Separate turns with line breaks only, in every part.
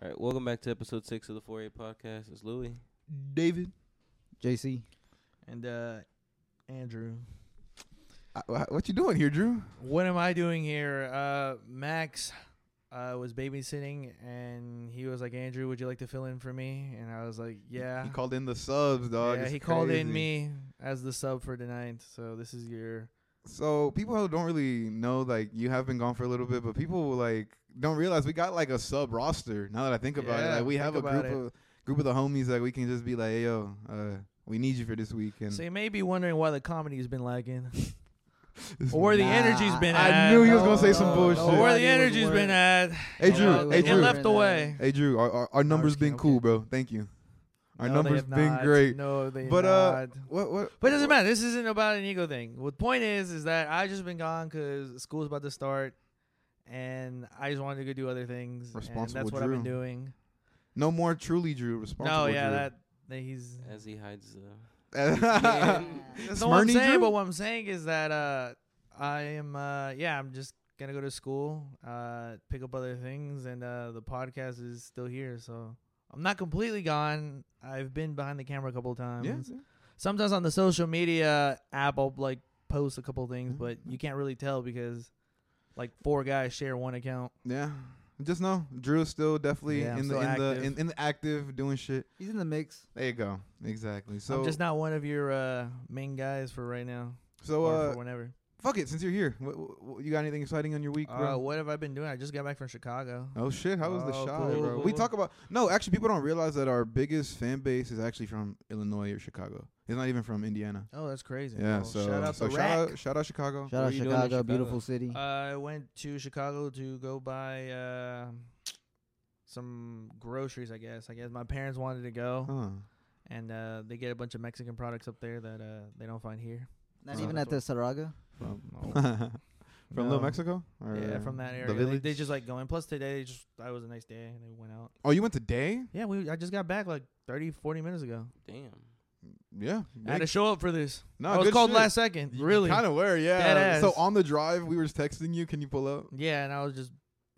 All right, welcome back to episode six of the 4A podcast. It's Louie.
David
JC.
and uh, Andrew.
I, Uh, wha- what you doing here, Drew?
What am I doing here? Uh, Max uh, was babysitting, and he was like, "Andrew, would you like to fill in for me?" And I was like, "Yeah."
He called in the subs, dog.
yeah, he called in me as the sub for tonight, so this is your.
So people who don't really know, like, you have been gone for a little bit, but people like don't realize we got like a sub roster. Now that I think about
Yeah,
it, like we
think
have a
about
group
it.
of group of the homies that we can just be like, hey, yo, uh, we need you for this week. And
So you may be wondering why the comedy's been lagging, or the energy's been.
I
at. Oh,
knew he was
gonna say some bullshit.
Or the
Nobody would
energy's been
work.
at.
hey
Oh,
Drew,
wow.
hey
It
Drew,
left away.
hey Drew, our our, our numbers
just
been
kidding,
cool,
okay.
bro. Thank you. Our
No, they
numbers
have
been
not.
great.
No, they
But, uh,
not.
What what?
But it doesn't matter. This isn't about an ego thing. Well, the point is, is that I just been gone because school's about to start, and I just wanted to go do other things. and
Responsible
that's what I've been
Drew.
doing.
No more truly Drew responsible.
No, yeah,
Drew.
that, that he's.
As he hides the
That's not what I'm
Smarty
saying.
Drew?
But what I'm saying is that uh, I am. Uh, yeah, I'm just gonna go to school, uh, pick up other things, and uh, the podcast is still here, so I'm not completely gone. I've been behind the camera a couple of times.
Yeah.
sometimes on the social media app I'll like post a couple things,
Mhm.
but you can't really tell because like four guys share one account.
Yeah. Just know Drew is still definitely
Yeah, I'm
in the
still
in the
active.
in, in the active doing shit.
He's in the mix.
There you go. Exactly. So
I'm just not one of your uh, main guys for right now
so
or
uh
for whenever.
fuck it since you're here. What, what, you got anything exciting on your week,
Uh,
bro?
what have I been doing? I just got back from Chicago.
Oh shit! How was the
Oh,
shot,
cool,
bro?
cool,
We
cool.
talk about no. Actually, people don't realize that our biggest fan base is actually from Illinois or Chicago. It's not even from Indiana.
Oh, that's crazy.
Yeah.
Well,
so
shout out
so
to
shout
Rack. Uh,
out shout out Chicago. Uh,
What
Shout out
are you doing in
Chicago,
Chicago?
beautiful city.
I went to Chicago to go buy uh, some groceries. I guess. I guess my parents wanted to go,
Huh.
and uh, they get a bunch of Mexican products up there that uh, they don't find here.
Not
Uh,
even at the Saraga.
From,
No.
from Little
No.
Mexico? Or
Yeah, from that area.
The
they,
village?
they just like going. Plus today, just that was a nice day, and they went out.
oh, you went today?
Yeah, we. I just got back like 30, 40 minutes ago.
damn.
Yeah.
I
big-
had to show up for this.
no,
I was
good
called
shit.
last second. Really?
Kind of were, yeah.
Dead
So
ass.
on the drive, we were just texting you. Can you pull up?
Yeah, and I was just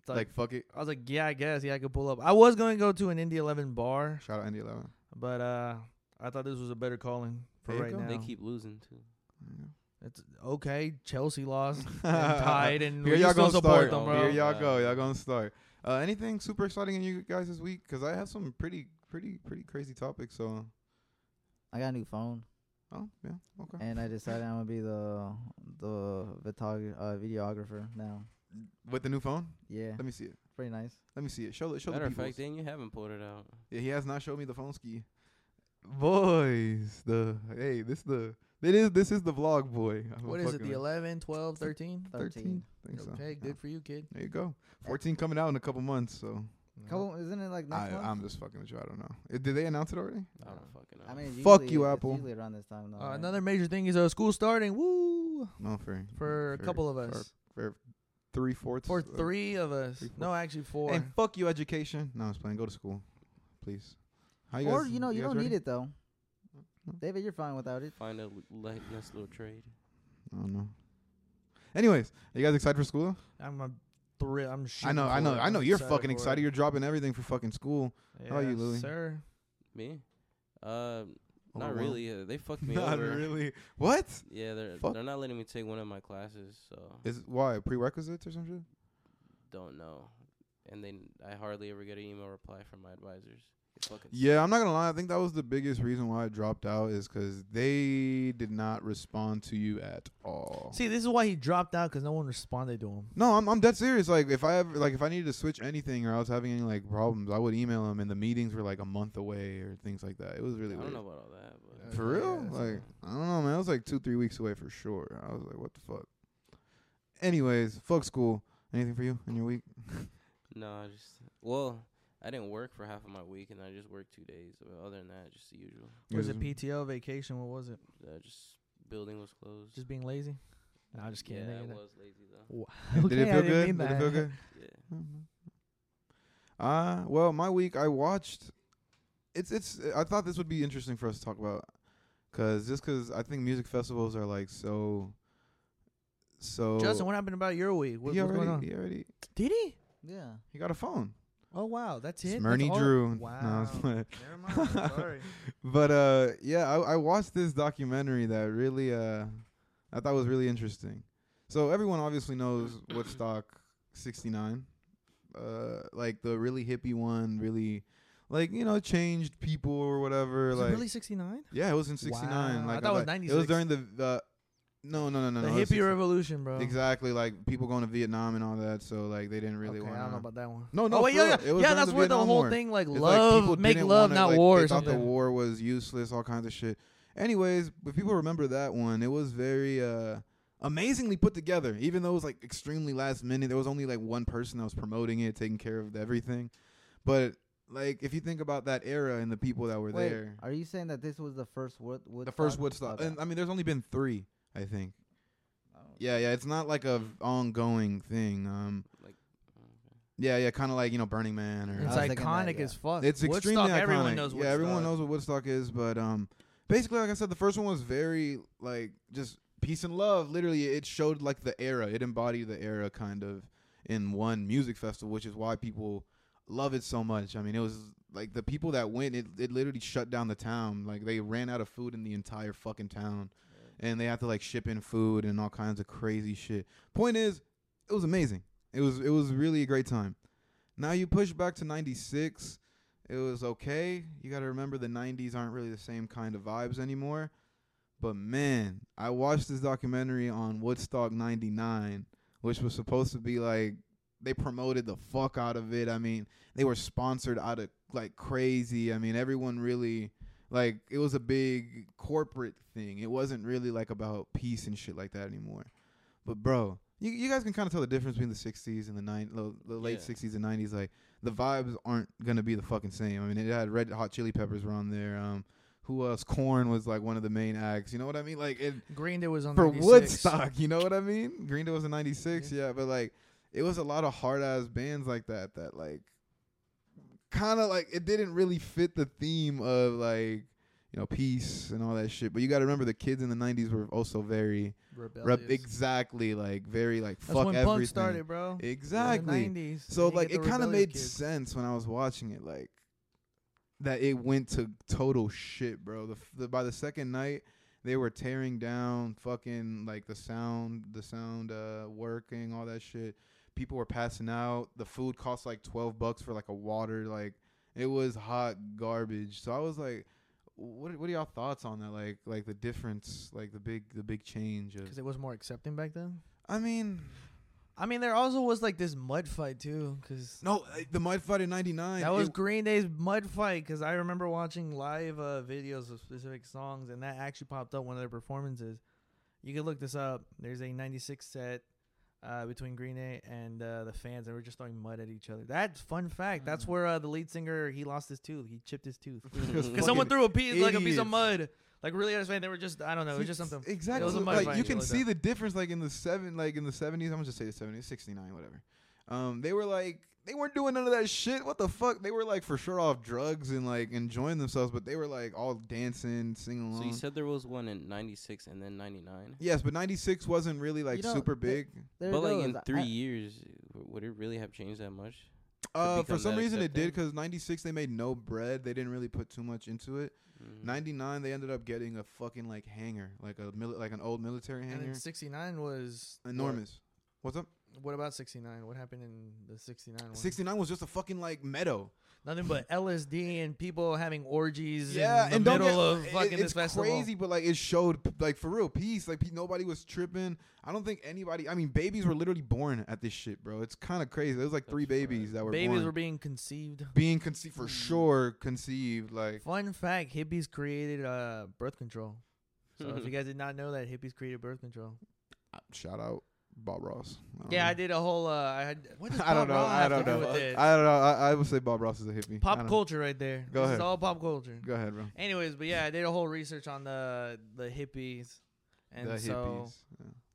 Like,
Like-
fuck it.
I was like, yeah, I guess, yeah, I could pull up. I was going to go to an Indy Eleven bar,
Shout out Andy Eleven.
but uh, I thought this was a better calling for
There you
right
go.
now.
They keep losing too.
it's okay. Chelsea lost and tied, and
Here
we
y'all
still
gonna
support
start.
them,
bro.
Here
bro.
y'all go. Y'all gonna start. Uh, anything super exciting in you guys this week? Cause I have some pretty, pretty, pretty crazy topics. So,
I got a new phone,
oh yeah,
Eh.
okay.
and I decided I'm gonna be the the vitog- uh, videographer now.
With the new phone,
Yeah,
let me see it.
pretty nice.
Let me see it. Show the show
Matter
the
of
people.
fact, then you haven't pulled it out.
Yeah, he has not showed me the phone ski. Boys, the hey, this the it is this is the vlog boy. I'm
What is it?
fucking
The
with-
11, 12, 13?
13.
I think so.
Okay,
Yeah.
good for you, kid.
There you go. 14 coming out in a couple months, so
Couple, isn't it like
I,
next month?
I'm just fucking with you. I don't know. Uh, Did they announce it already?
I
No.
don't fucking know.
I mean, it's
Fuck
usually,
you,
it's
Apple.
usually around this time, though.
Uh,
right?
another major thing is uh, school starting. Woo
No, for
for a couple of us.
for three fourths.
For
of-
three of us.
three, four.
No, actually four.
And fuck you, education. No, I was playing. Go to school, please. How you
or
guys-
you know, you,
guys
don't
ready?
need it though.
No?
David, you're fine without it.
Find a l- like nice little trade.
I don't know. Anyways, are you guys excited for school?
I'm a thrill. I'm shooting.
I know, I
for
know,
it.
I know.
I'm
You're fucking
for
excited.
it.
You're dropping everything for fucking school. How are you,
Yes,
Louis?
Sir.
Me? Um, not
Overwhelmed.
really. Uh, they fucked me
Oh, Not
over.
really. What?
Yeah, they're
Fuck.
they're not letting me take one of my classes, so
Is why prerequisites or some shit?
don't know. And then I hardly ever get an email reply from my advisors. It fucking
Yeah, I'm not gonna lie. I think that was the biggest reason why I dropped out is because they did not respond to you at all.
See, this is why he dropped out because no one responded to him.
No, I'm I'm dead serious. Like if I ever like if I needed to switch anything or I was having any like problems, I would email them, and the meetings were like a month away or things like that. It was really
I
weird.
don't know about all that, but
For real?
Yeah, it's
like I don't know, man. It was like two three weeks away for sure. I was like, what the fuck. Anyways, fuck school. Anything for you in your week?
no, I just well, I didn't work for half of my week, and I just worked two days. But other than that, just the usual.
Was it
Yours?
PTO vacation? What was it?
Uh, just building was closed.
Just being lazy? No, I'm just kidding.
yeah, I
Nigga, that-
was lazy though.
Okay,
Did it
I
feel
didn't
good?
mean
Did it
that.
feel good?
Yeah,
Uh well, my week I watched. It's it's. I thought this would be interesting for us to talk about, cause just cause I think music festivals are like so. So
Justin, what happened about your week? What,
he
what's
already
going on?
he already
Did he?
Yeah.
he got a phone.
Oh wow, that's it. That's
Smyrny
all-
Drew. No,
Wow.
I'm just playing.
Never mind. Sorry.
but uh, yeah, I, I watched this documentary that really uh, I thought was really interesting. So everyone obviously knows Woodstock '69, uh, like the really hippie one, really like you know changed people or whatever.
Was it
like
really 69?
yeah, it was in '69.
Wow, I
Like
thought it was
like,
96.
was during the uh, no no no no
the
no, it was
hippie
60
revolution, bro.
Exactly, like people going to Vietnam and all that. So like they didn't really
okay,
want.
I don't know about that one.
uh, No, no,
oh wait,
for
yeah,
real. It
yeah,
was
yeah
during
that's
the
where the
Vietnam
whole
War.
thing like
It's
love,
people
make
didn't
love,
wanna-
not
like,
war.
They
or
thought
something.
the war was useless, all kinds of shit. Anyways, but people remember that one. It was very uh, amazingly put together, even though it was like extremely last minute. There was only like one person that was promoting it, taking care of everything. But like, if you think about that era and the people that were
Wait,
there,
are you saying that this was the first wood? Woodstock?
the first Woodstock,
Okay.
and I mean, there's only been three, I think.
Oh.
Yeah, yeah, it's not like a v- ongoing thing. Um,
Like, okay.
yeah, yeah, kind of like you know Burning Man or
It's
I was thinking that,
iconic
yeah.
as fuck.
It's extremely
Woodstock,
iconic.
Everyone knows
yeah,
Woodstock.
everyone knows what Woodstock is, but um, basically, like I said, the first one was very like just peace and love. Literally, it showed like the era. It embodied the era kind of in one music festival, which is why people love it so much. I mean, it was like the people that went, it it literally shut down the town. Like they ran out of food in the entire fucking town, and they had to like ship in food and all kinds of crazy shit. Point is, it was amazing. It was it was really a great time. Now you push back to '96. It was okay. You got to remember the '90s aren't really the same kind of vibes anymore. But man, I watched this documentary on Woodstock '99, which was supposed to be like they promoted the fuck out of it. I mean, they were sponsored out of like crazy. I mean, everyone really like it was a big corporate thing. It wasn't really like about peace and shit like that anymore. But bro, you you guys can kind of tell the difference between the '60s and the nine, the, the late
Yeah.
'60s and '90s. Like the vibes aren't gonna be the fucking same. I mean, it had Red Hot Chili Peppers were on there. Um, who else? Corn was like one of the main acts. You know what I mean? Like it
Green Day was on
for
96.
Woodstock. You know what I mean? Green Day was in '96, yeah, but like it was a lot of hard ass bands like that that like kind of like it didn't really fit the theme of like you know peace and all that shit. But you got to remember the kids in the '90s were also very
Rebellious.
rep- exactly like very like
That's
fuck
when
everything.
punk started, bro.
Exactly.
In the 90s.
So
They
like
get
it
the
kind of
rebellious
made
kids.
sense when I was watching it, like that it went to total shit, bro. The, f- the by the second night they were tearing down fucking like the sound, the sound uh working, all that shit. People were passing out. The food cost like twelve bucks for like a water. Like it was hot garbage. So I was like, what What are y'all thoughts on that? Like like the difference, like the big the big change of.
Because it was more accepting back then.
I mean,
I mean, there also was like this mud fight too, because
no, uh, the mud fight in '99.
that was Green Day's mud fight. Because I remember watching live uh, videos of specific songs, and that actually popped up one of their performances. You can look this up. There's a '96 set uh, between Green Day and uh, the fans, and we're just throwing mud at each other. That's fun fact. That's
Mm.
where uh, the lead singer he lost his tooth. He chipped his tooth because
Fucking
someone threw a piece like a piece of
idiots.
mud. Like really, I was saying they were just I don't know. It was just something.
Exactly.
It was a mud
like
fight,
you
shit
can
like
see the difference, like in the seven, like in the seventies. I'm gonna just say the seventies, sixty nine, whatever. Um, they were like they weren't doing none of that shit. What the fuck? They were like for sure off drugs and like enjoying themselves, but they were like all dancing, singing
So
along.
you said there was one in '96 and then '99,
yes, but ninety six wasn't really like
You know,
super
the-
big.
There
but
it
like
goes.
in
I-
three years, w- would it really have changed that much?
Uh, for
become
some
that
reason it did
accepting?
because ninety six they made no bread. They didn't really put too much into it.
Mm.
Ninety nine they ended up getting a fucking like hanger, like a mili- like an old military
And
hanger,
then '69 was what?
enormous. What's up?
What about 69? What happened in the 69 one?
69 was just a fucking like meadow.
Nothing but LSD and people having orgies
Yeah,
in
and
the
don't
middle
get,
of
it-
fucking
it's
this festival.
crazy, but like it showed p- like for real peace. Like pe- nobody was tripping. I don't think anybody. I mean, babies were literally born at this shit, bro. It's kind of crazy. There was like three
That's right.
babies that were
Babies
born.
were Hmm. being conceived.
being conceived for sure, conceived like
Fun fact, hippies created uh, birth control. So if you guys did not know that, hippies created birth control.
shout out Bob Ross. don't
Yeah, I
know.
did a whole. Uh, I had. What does
I don't
Bob
know.
Ross
I
have to
don't
do
know.
with this?
I don't know. I, I would say Bob Ross is a hippie. I
Pop
don't-
culture, right there.
Go
this
ahead.
is all pop culture.
Go ahead, bro.
Anyways, but yeah, I did a whole research on the the hippies, and
the
so
hippies.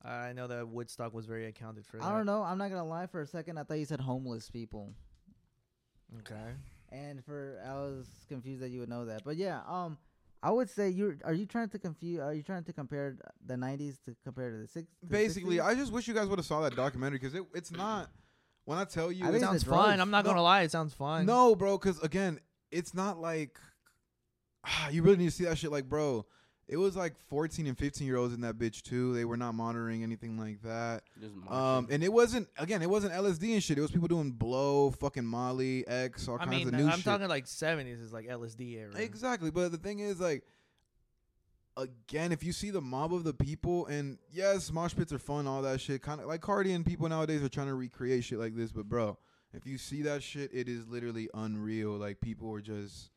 Yeah.
I know that Woodstock was very accounted for.
I
that.
don't know. I'm not gonna lie. For a second, I thought you said homeless people,
Okay.
and for I was confused that you would know that. But yeah, um, I would say you are you trying to confuse? Are you trying to compare the '90s to compare to the six? to the
basically
60s?
i just wish you guys would have saw that documentary because it, it's not When I tell you,
I
It
it's-
think
sounds
the
fun.
drugs.
I'm not
No.
gonna lie. It sounds fun.
no, bro, because again, it's not like ah, you really need to see that shit. Like, bro, it was like 14 and 15 year olds in that bitch too. They were not monitoring anything like that.
Just
Um,
marching.
and it wasn't again, it wasn't LSD and shit. It was people doing blow, fucking Molly, X, all
I
kinds
mean,
of new
I'm
shit.
talking like 70s is like LSD era.
Exactly. But the thing is, like, again, if you see the mob of the people, and yes, mosh pits are fun, all that shit. Kind of like Cardi and people nowadays are trying to recreate shit like this. But, bro, if you see that shit, it is literally unreal. Like, people are just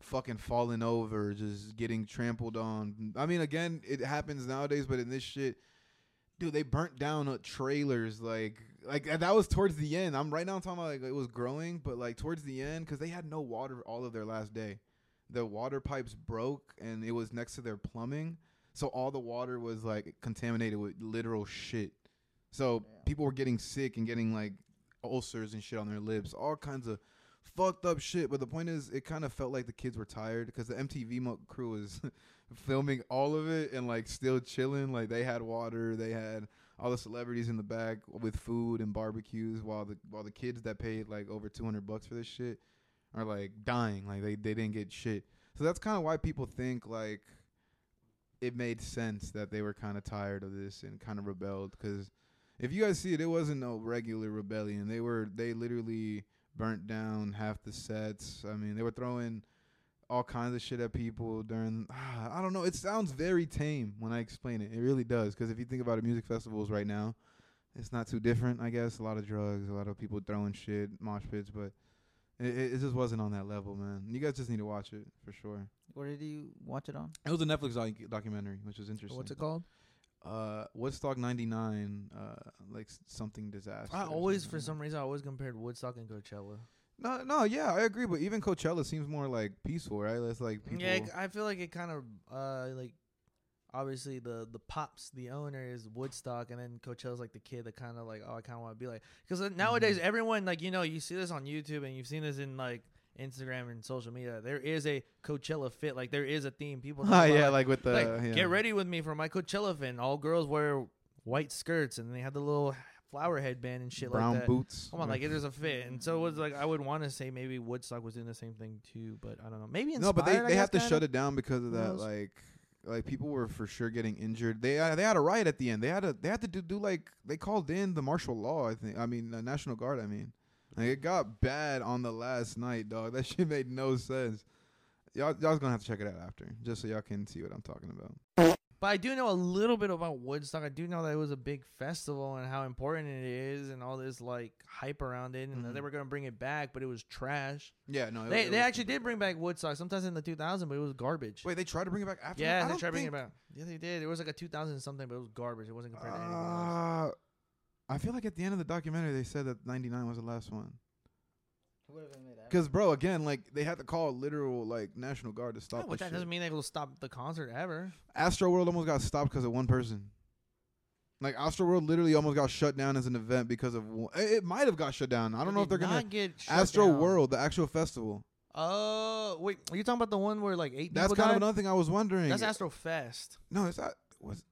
fucking falling over, just getting trampled on. I mean, again, it happens nowadays, but in this shit, dude, they burnt down uh, trailers. Like, like and that was towards the end. I'm right now talking about like it was growing, but like towards the end, because they had no water all of their last day. The water pipes broke, and it was next to their plumbing, so all the water was like contaminated with literal shit. So
Damn.
people were getting sick and getting like ulcers and shit on their lips, all kinds of fucked up shit. But the point is, it kind of felt like the kids were tired because the MTV mo- crew was filming all of it and like still chilling. Like they had water, they had all the celebrities in the back with food and barbecues, while the while the kids that paid like over two hundred bucks for this shit are like dying. Like they they didn't get shit. So that's kind of why people think like it made sense that they were kind of tired of this and kind of rebelled because. If you guys see it, it wasn't no regular rebellion. They were they literally burnt down half the sets. I mean, they were throwing all kinds of shit at people during. I don't know. It sounds very tame when I explain it. It really does. Because if you think about it, music festivals right now, it's not too different. I guess a lot of drugs, a lot of people throwing shit, mosh pits, but it, it, it just wasn't on that level, man. You guys just need to watch it for sure.
Where did you watch it on?
It was a Netflix doc- documentary, which was interesting.
What's it called?
Uh, Woodstock '99, uh, like s- something disaster.
I
or
always,
something
for
like that.
some reason, I always compared Woodstock and Coachella.
No, no, yeah, I agree. But even Coachella seems more like peaceful, right? That's like people.
Yeah, I I feel like it kind of uh like obviously the the pops the owner is Woodstock and then Coachella's like the kid that kind of like oh I kind of want to be like because nowadays
Mm-hmm.
everyone like you know you see this on YouTube and you've seen this in like Instagram and social media there is a Coachella fit like there is a theme people talk
Ah,
about,
yeah,
like,
like with the
like,
yeah.
get ready with me for my Coachella fin all girls wear white skirts and they had the little flower headband and shit
brown
like that.
boots.
Come on, like it is a fit, and so it was like I would want to say maybe Woodstock was doing the same thing too, but I don't know. Maybe
no, but they
inspired, I
they have to
guess,
shut
kinda.
it down because of
Who
that.
knows?
Like like people were for sure getting injured. They uh, they had a riot at the end. They had a they had to do, do like they called in the martial law. I think I mean the national guard. I mean, like it got bad on the last night, dog. That shit made no sense. Y'all y'all's gonna have to check it out after, just so y'all can see what I'm talking about.
But I do know a little bit about Woodstock. I do know that it was a big festival and how important it is, and all this like hype around it, and that they
Mhm.
were gonna bring it back, but it was trash.
Yeah, no, it-
they
it
they
was-
actually did bring back Woodstock sometimes in the 2000, but it was garbage.
Wait, they tried to bring it back after. that?
yeah,
I
they
don't
tried bringing it
think-
back. Yeah, they did. It was like a 2000 something, but it was garbage. It wasn't compared to anything
Uh,
else.
I feel like at the end of the documentary they said that 99 was the last one. Because bro, again, like they had to call literal like National Guard to
Yeah,
stop.
but
the
that
shit.
doesn't mean they will stop the concert ever.
Astro World almost got stopped because of one person. Like Astro World literally almost got shut down as an event because of one. It, it might have got shut down. I don't know if they're gonna
get shut
Astro
down.
World, the actual festival.
Oh wait, are you talking about the one where like eight
That's
people
kind of
died?
another thing I was wondering.
That's Astro Fest.
no, it's not. Was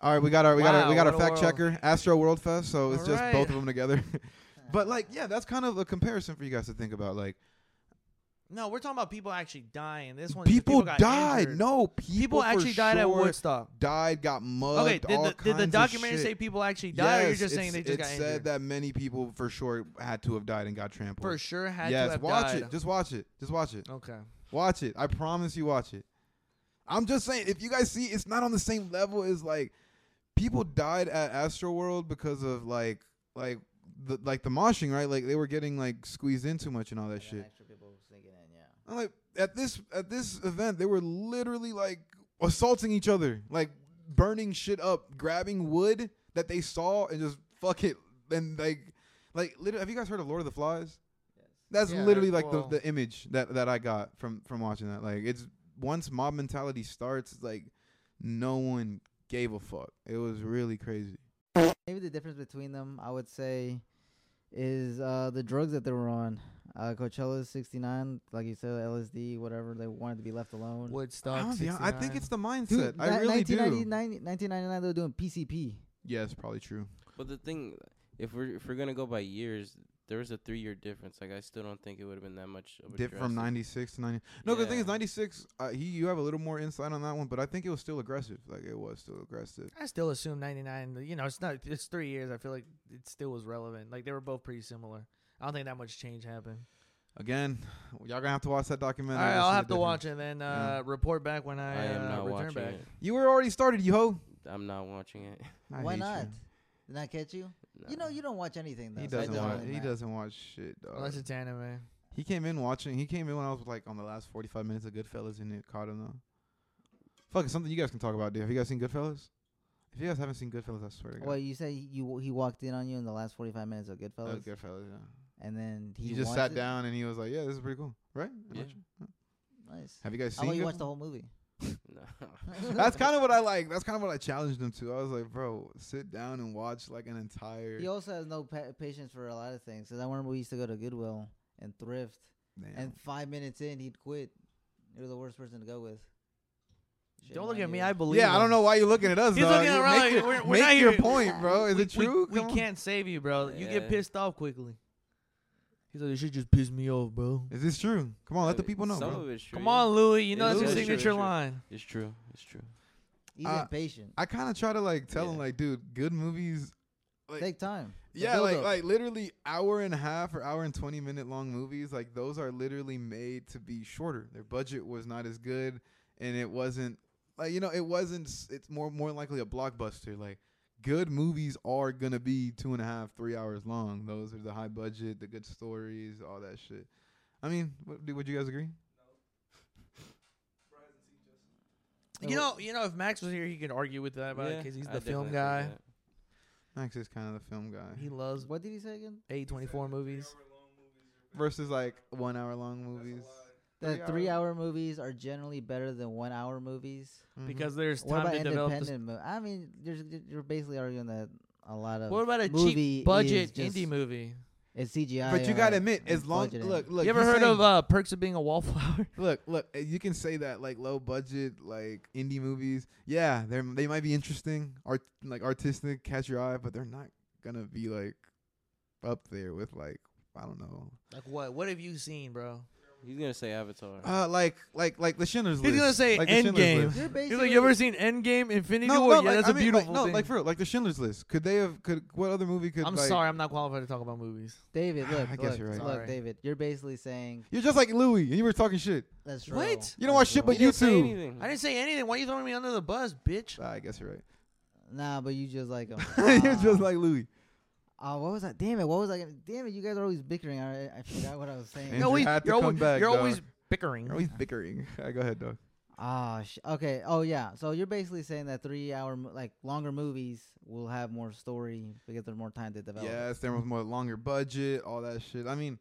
all right, we got our we got our we
Wow,
got our
what a
fact
world.
checker Astro World Fest, so it's
All
just
right.
both of them together. but like, yeah, that's kind of a comparison for you guys to think about. Like,
No, we're talking about people actually dying. This one
people,
got
died.
injured.
No,
people
people, for
actually died at
sure
Woodstock.
Died, got mugged.
Okay, did
all
the, did
kinds
the
of
documentary
shit.
say people actually died, or you're
Yes,
just saying
it's-
they
it
just got
said
injured?
that many people for sure had to have died and got trampled.
For sure had
yes,
to have
watch
died.
it. Just watch it. Just watch it.
okay.
Watch it. I promise you, watch it. I'm just saying, if you guys see, it's not on the same level as like people died at Astroworld because of like like the like the moshing, right? Like they were getting like squeezed in too much and all that shit. I'm like at this at this event they were literally like assaulting each other, like burning shit up, grabbing wood that they saw and just fuck it. And like like literally, have you guys heard of Lord of the Flies? That's
Yeah,
literally like
well-
the, the image that that I got from from watching that. Like it's once mob mentality starts, it's like no one gave a fuck. It was really crazy.
Maybe the difference between them, I would say, is uh, the drugs that they were on. Uh, Coachella is 69, like you said, LSD, whatever. They wanted to be left alone.
Woodstock.
I'm gonna be honest, I think it's the mindset.
Dude,
I
ni-
really do.
1999, 1999, they were doing PCP.
Yeah, it's probably true.
But the thing, if we're if we're gonna go by years, there was a three year difference. Like I still don't think it would have been that much. Of a
Dip from
drastic-
'96 to '90. No, 'cause the thing is
Yeah.
'96. Uh, he, you have a little more insight on that one, but I think it was still aggressive. Like it was still aggressive.
I still assume 99. You know, it's not. It's three years. I feel like it still was relevant. Like they were both pretty similar. I don't think that much change happened.
Again, y'all gonna have to watch that
All
documentary. to
right,
see
I'll
the
have to
difference.
watch it and then uh, report back when I,
I am
uh,
not
return
watching
back.
it.
You were already started, you ho.
I'm not watching it.
I
Why
hate you.
not? Did I catch you? You know, you don't watch anything. Though,
He
so it
doesn't watch.
really
He
matter.
doesn't watch shit, dog.
Unless it's anime.
He came in watching. He came in when I was like on the last forty-five minutes of Goodfellas, and it caught him though. Fuck, it's something you guys can talk about, dude. Have you guys seen Goodfellas? If you guys haven't seen Goodfellas, I swear to God.
Well, you say you he walked in on you in the last forty five minutes of
That was
Goodfellas,
Goodfellas. Yeah.
and then he
He, just
wants
sat
it?
down and he was like, "Yeah, this is pretty cool, right?"
Yeah.
Nice.
Have you guys
I thought
seen?
you watched
Goodfellas?
the whole movie.
No.
That's kind of what I like. That's kind of what I challenged him to. I was like, "Bro, sit down and watch like an entire."
He also has no pa- patience for a lot of things. 'Cause I remember we used to go to Goodwill and thrift,
Damn.
and five minutes in, he'd quit. You're the worst person to go with. Shame
Don't look
on
at me.
you.
I believe.
yeah, I don't
him.
know why you're looking at us.
He's
dog.
looking
You
around
Make,
like
your,
we're- we're
make
not
your
here-
point, bro. Is
we,
it true?
We,
Come
we
on.
can't save you, bro. You get
Yeah.
pissed off quickly. He's like, this shit just pissed me off, bro.
Is this true? Come on, let the people know,
Some
bro.
of it's true.
Come
yeah.
on, Louis. You
It
know that's your
is true, it's
signature
true.
line.
It's true. It's true.
He's
Uh,
impatient.
I kind of try to like tell him,
Yeah.
like, dude, good movies. Like,
Take time. The
yeah, like
build-up.
like literally hour and a half or hour and twenty minute long movies. Like those are literally made to be shorter. Their budget was not as good, and it wasn't like you know it wasn't. s- It's more more likely a blockbuster. Like good movies are gonna be two and a half, three hours long. Those are the high budget, the good stories, all that shit. I mean, what, do- would you guys agree?
It
You
wa-
know, you know, if Max was here, he could argue with that about it
Yeah,
'cause he's
I
the film
definitely think
guy.
that.
Max is kind of the film guy
He loves
what did he say again?
A24 movies.
Mm-hmm. versus like one hour long movies.
The
Three-hour-
three hour movies are generally better than one hour movies.
Mhm.
because there's
What
time
about
to develop. This.
independent movies? I mean, there's, you're basically arguing that a lot of
What about a
movie
cheap budget
is just-
indie movie?
it's CGI.
but you
or-
gotta admit,
and
as long
budgeting.
look look
you ever
he's
heard of
saying-
uh, Perks of Being a Wallflower?
Look, look, uh, you can say that like low budget, like indie movies. Yeah, they are they might be interesting, art like artistic, catch your eye, but they're not gonna be like up there with like I don't know,
like what? What have you seen, bro?
He's gonna say Avatar.
uh, like like like the Schindler's List.
He's gonna say
like the Schindler's
Endgame.
List.
You're
He's
basically
like, you ever seen Endgame, Infinity
No,
War?
no,
yeah,
like,
that's
a
a beautiful
like, no,
thing.
like for real, like the Schindler's List. Could they have? Could what other movie could?
I'm
like-
sorry, I'm not qualified to talk about movies.
David, look,
I guess
look,
you're right.
look,
Sorry.
David, you're basically saying
You're just like Louis, and you were talking shit.
that's
What?
real.
You don't watch
That's
shit, but
real.
you
didn't say
too.
anything.
I didn't say anything. Why are you throwing me under the bus, bitch?
Ah, I guess you're right.
Nah, but you just like him.
You're just
Ah.
like Louis.
Oh, what was that? Damn it! What was I? Gonna, damn it! You guys are always bickering. I, I forgot what I was saying.
Andrew No, we- had to
you're
come
always,
back,
you're
dog.
always bickering.
You're always bickering. All right, go ahead, dog.
Ah, sh- okay. Oh, yeah. So you're basically saying that three-hour, mo- like longer movies, will have more story because there's more time to develop.
Yes, there was more longer budget, all that shit. I mean,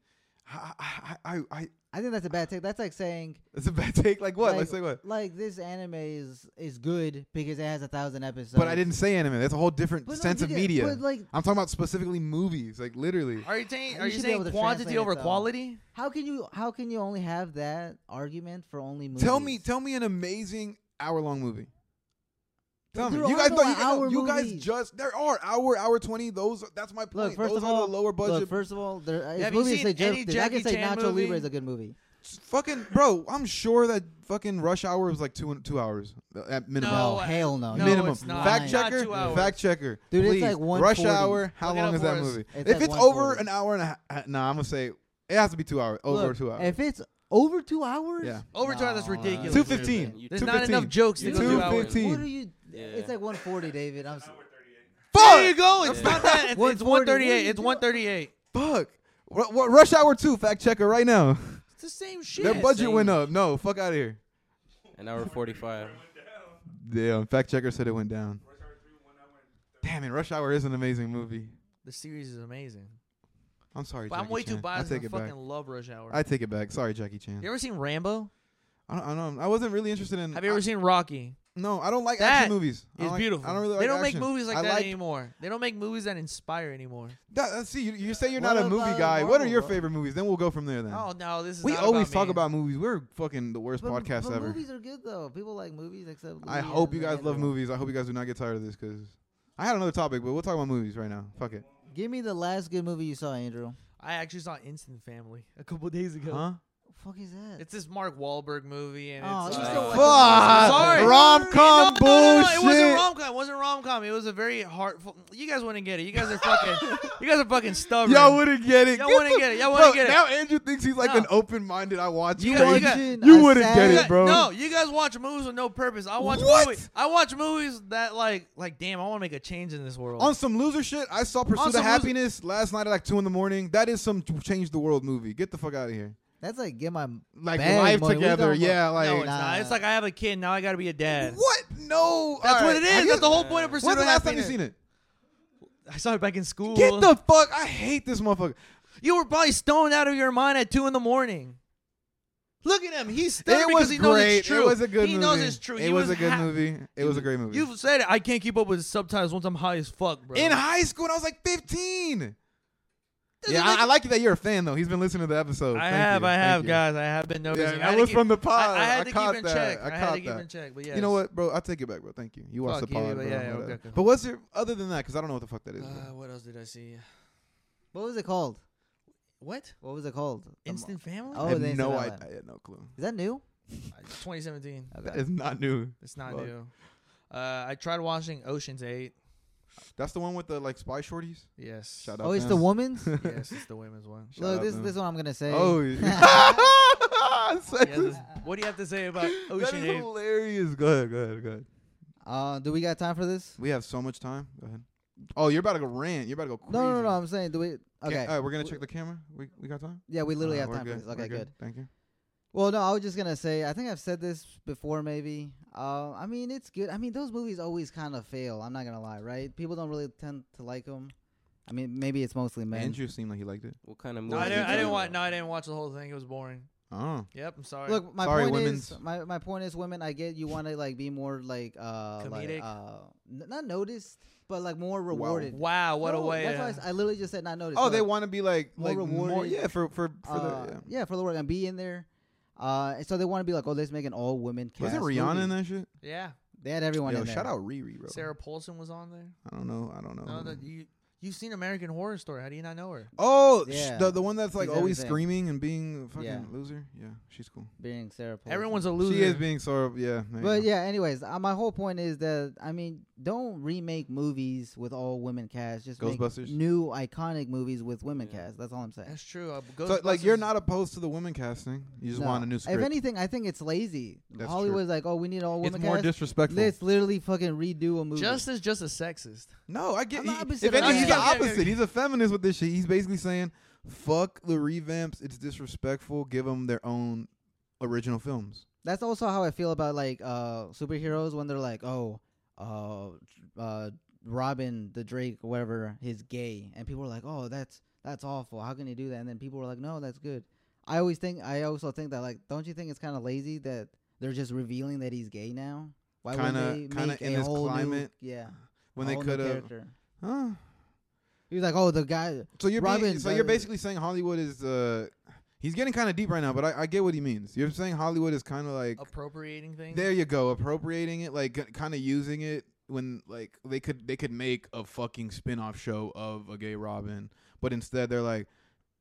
I, I, I, I
I think that's a bad take. That's like saying
it's a bad take. Like what?
Like,
Let's say what.
like this anime is is good because it has a thousand episodes.
but I didn't say anime. That's a whole different
But no,
sense
you
of
didn't-
media.
But like,
I'm talking about specifically movies, like literally.
Are you, saying?
You
are you
should be able
saying
to
quantity
translate it,
over
though.
quality?
how can you how can you only have that argument for only movies?
Tell me, tell me an amazing hour long movie. Tell
There
me, you
are
guys,
no
thought you,
hour
guys- you guys
movies.
just there are hour, hour twenty. Those that's my point.
Look, first
those
of
are
all,
the lower budget.
Look, first of all, there, it's
Have you
movies
seen
they just
any
did. I can
Jackie
say
Chan
Nacho
movie?
Libre is a good movie.
fucking bro, I'm sure that fucking Rush Hour was like two two hours uh, at minimum.
No,
No,
I-
hell no.
no,
minimum.
it's not.
Fact
It's
not
checker,
two hours.
fact checker.
Dude, it's
please.
like
rush
140.
hour. How
Look it
long
up
is
for
that
us.
movie?
It's
if
like
it's over
140.
an hour and a half, nah, I'm gonna say it has to be two hours. Over
Look,
two hours.
If it's over two hours,
Yeah.
Over two hours, that's
No, no, no.
ridiculous.
Two fifteen.
You-
There's
Two
not enough
fifteen.
jokes to
You
go two hours.
215.
What are you?
Yeah.
It's like 140, David. I'm. s-
There
Fuck!
you go. It's not that. It's, it's
140.
138.
What
It's
are you
138.
Fuck. What, what, rush hour two? Fact checker right now.
It's the same shit.
Their budget
same.
went up. No, fuck out of here.
An hour forty-five.
Damn, fact checker said it went down. Damn it, Rush Hour is an amazing movie.
The series is amazing.
I'm sorry,
But
Jackie
I'm way
Chan.
too
I
biased. I
take
fucking
it back.
love Rush Hour.
I take it back. Sorry, Jackie Chan.
you ever seen Rambo?
I don't, I don't. I wasn't really interested in.
Have you ever
I-
seen Rocky?
No, I don't like
That
action movies. I
It's
don't like-
beautiful.
I don't really
they
like
don't
action.
make movies like
I
that
like
anymore. They don't make movies that inspire anymore.
That, that's- see, you, you say you're
What
not a
about
movie
uh,
guy. What are your
Marvel?
favorite movies? Then we'll go from there. Then
Oh no, this is.
we
not
always
about
talk
me.
about movies. We're fucking the worst
But,
podcast
but
ever.
movies are good though. People like movies except.
I
Louis
hope
and
you guys
Andrew.
love movies. I hope you guys do not get tired of this because I had another topic, but we'll talk about movies right now. Fuck it.
Give me the last good movie you saw, Andrew.
I actually saw Instant Family a couple days ago.
Huh?
fuck is that?
It's this Mark Wahlberg movie, and
Oh,
it's
you
uh,
still watch
Fuck!
Sorry.
Rom-com
No, no, no, no, It wasn't
bullshit.
rom com. It wasn't rom com. It was a very heartful. You guys wouldn't get it. You guys are fucking. you guys are fucking stubborn.
Y'all wouldn't get it.
Y'all
Get
wouldn't
the-
get it. Y'all
Bro,
wouldn't get it.
Now Andrew thinks he's like
No.
an open-minded. I watch
You
you.
guys-
crazy.
got-
Imagine
you
a
wouldn't get
sad-
You
it,
guys-
bro.
No, you guys watch movies with no purpose. I watch
What?
movies. I watch movies that like, like, damn, I want to make a change in this world.
On some loser shit, I saw
On
Pursuit
some
of
loser-
Happiness last night at like two in the morning. That is some change the world movie. Get the fuck out of here.
That's like get my
Like
bag
live
money. We
together,
talking about-
yeah. Like
no, it's
Nah.
not. It's like I have a kid now. I got to be a dad.
what? No,
That's
All
what
right.
it
Have
is.
you-
That's the whole point of pursuit
When's the
of
last time you
Happiness.
seen it?
I saw it back in school.
Get the fuck! I hate this motherfucker.
You were probably stoned out of your mind at two in the morning. Look at him. He's stubborn
It
because
was
he knows
great.
it's true.
It was a good
he
movie.
knows it's true.
It
He
was, a good
ha-
movie. It was a great movie.
You've said it. I can't keep up with subtitles once I'm high as fuck, bro.
in high school, and I was like 15.
Doesn't
Yeah,
make-
I, I like that you're a fan though. He's been listening to the episode.
I
Thank
have,
you.
I have,
Thank you.
guys. I have been
Yeah,
noticing. I
that
had to
was
keep-
from the pod.
I, I had to
caught
keep in
that.
check.
Oh, I,
I,
caught
had to keep
that.
in check. But yes.
You know what, bro? I'll take it back, bro. Thank you. You watched
Fuck
the
you,
pod,
but
bro.
yeah, yeah,
whatever.
okay, okay.
But what's your other than that? Because I don't know what the fuck that is.
Uh,
bro.
what else did I see?
What was it called?
What?
What was it called? The mo-
Instant Family?
Oh,
I have
they said
no
that
idea.
one.
I had no clue.
Is that new?
2017.
That is not new.
It's not
Fuck.
new. Uh, I tried watching Ocean's Eight.
That's the one with the like spy shorties.
Yes.
Shout out.
Oh, it's
them.
the woman's.
Yes, it's the women's one.
Shout
Look,
out
this
them.
this is what I'm gonna say.
Oh, yeah.
Yeah, this- what do you have to say about
that
Ocean
is
Eight?
hilarious. Go ahead, go ahead, go ahead.
Uh, do we got time for this?
We have so much time. Go ahead. Oh, you're about to go rant. You're about to go crazy.
No, no, no. I'm saying, do we?
Can't-
Okay.
all right, we're gonna
We-
check the camera. We we got time.
Yeah, we literally
Uh,
have
we're
time
good,
for this. Okay,
we're
good.
Thank you.
Well, no, I was just gonna say. I think I've said this before, maybe. Uh, I mean, it's good. I mean, those movies always kind of fail. I'm not gonna lie, right? People don't really tend to like them. I mean, maybe it's mostly men.
Andrew seemed like he liked it.
What kind of
No,
movie?
I didn't.
you
I didn't
talking
watch. No,
about?
I didn't watch the whole thing. It was boring.
Oh,
Yep. I'm sorry.
Look, my
Sorry,
point
women's.
is, my, my point is, women. I get you want to like be more like uh,
Comedic?
like uh, n- not noticed, but like more rewarded.
wow, what a
No,
way.
That's
to-
why I s- I, literally just said not noticed.
oh,
but,
they want to be like
More
like more.
rewarded.
Yeah, for for for
uh,
the. Yeah.
yeah. for the work and be in there. Uh, and so they want to be like, oh, let's make an all women cast.
Wasn't Rihanna
movie.
in that shit?
yeah.
They had everyone
Yo,
in there.
shout out Riri, bro.
Sarah Oh, Paulson was on there.
I don't know. I don't know.
No, that you you've seen American Horror Story. How do you not know her?
oh, sh-
Yeah.
the the one that's like
She's
always
everything.
screaming and being a fucking
Yeah.
loser. Yeah, she's cool.
Being Sarah. Paulson.
Everyone's a loser.
She is being sort of yeah. there you
But
go.
yeah, anyways, uh, my whole point is that I mean, don't remake movies with all women cast. Just make
Ghostbusters?
new iconic movies with women
Yeah.
cast. That's all I'm saying.
That's true. Uh,
So like you're
Ghostbusters-
not opposed to the women casting. You just
No.
want a new script.
If anything, I think it's lazy.
That's
Hollywood's like, oh, we need all
it's
women
more
cast.
disrespectful.
Let's literally fucking redo a movie.
Justice just a sexist.
no, I get.
I'm
He,
not
if
opposite of
anything,
that.
he's the
Okay, okay, okay.
opposite. He's a feminist with this shit. He's basically saying, "Fuck the revamps. It's disrespectful. Give them their own original films."
That's also how I feel about like uh superheroes when they're like, oh, uh, uh, Robin the Drake, whatever, he's gay, and people are like, oh, that's that's awful. How can you do that? And then people were like, no, that's good. I always think, I also think that like, don't you think it's kind of lazy that they're just revealing that he's gay now? Why wouldn't
Kinda-
they
kinda
make
in
a
this
whole new-
climate,
yeah,
When
a
they
whole new
could have.
character.
Huh?
He was like, oh, the guy.
So you're being-
Robin
so you're
does-
basically saying Hollywood is uh, he's getting kind of deep right now, but I, I get what he means. You're saying Hollywood is kind of like
Appropriating things.
There you go, appropriating it, like kind of using it when like they could they could make a fucking spin-off show of a gay Robin, but instead they're like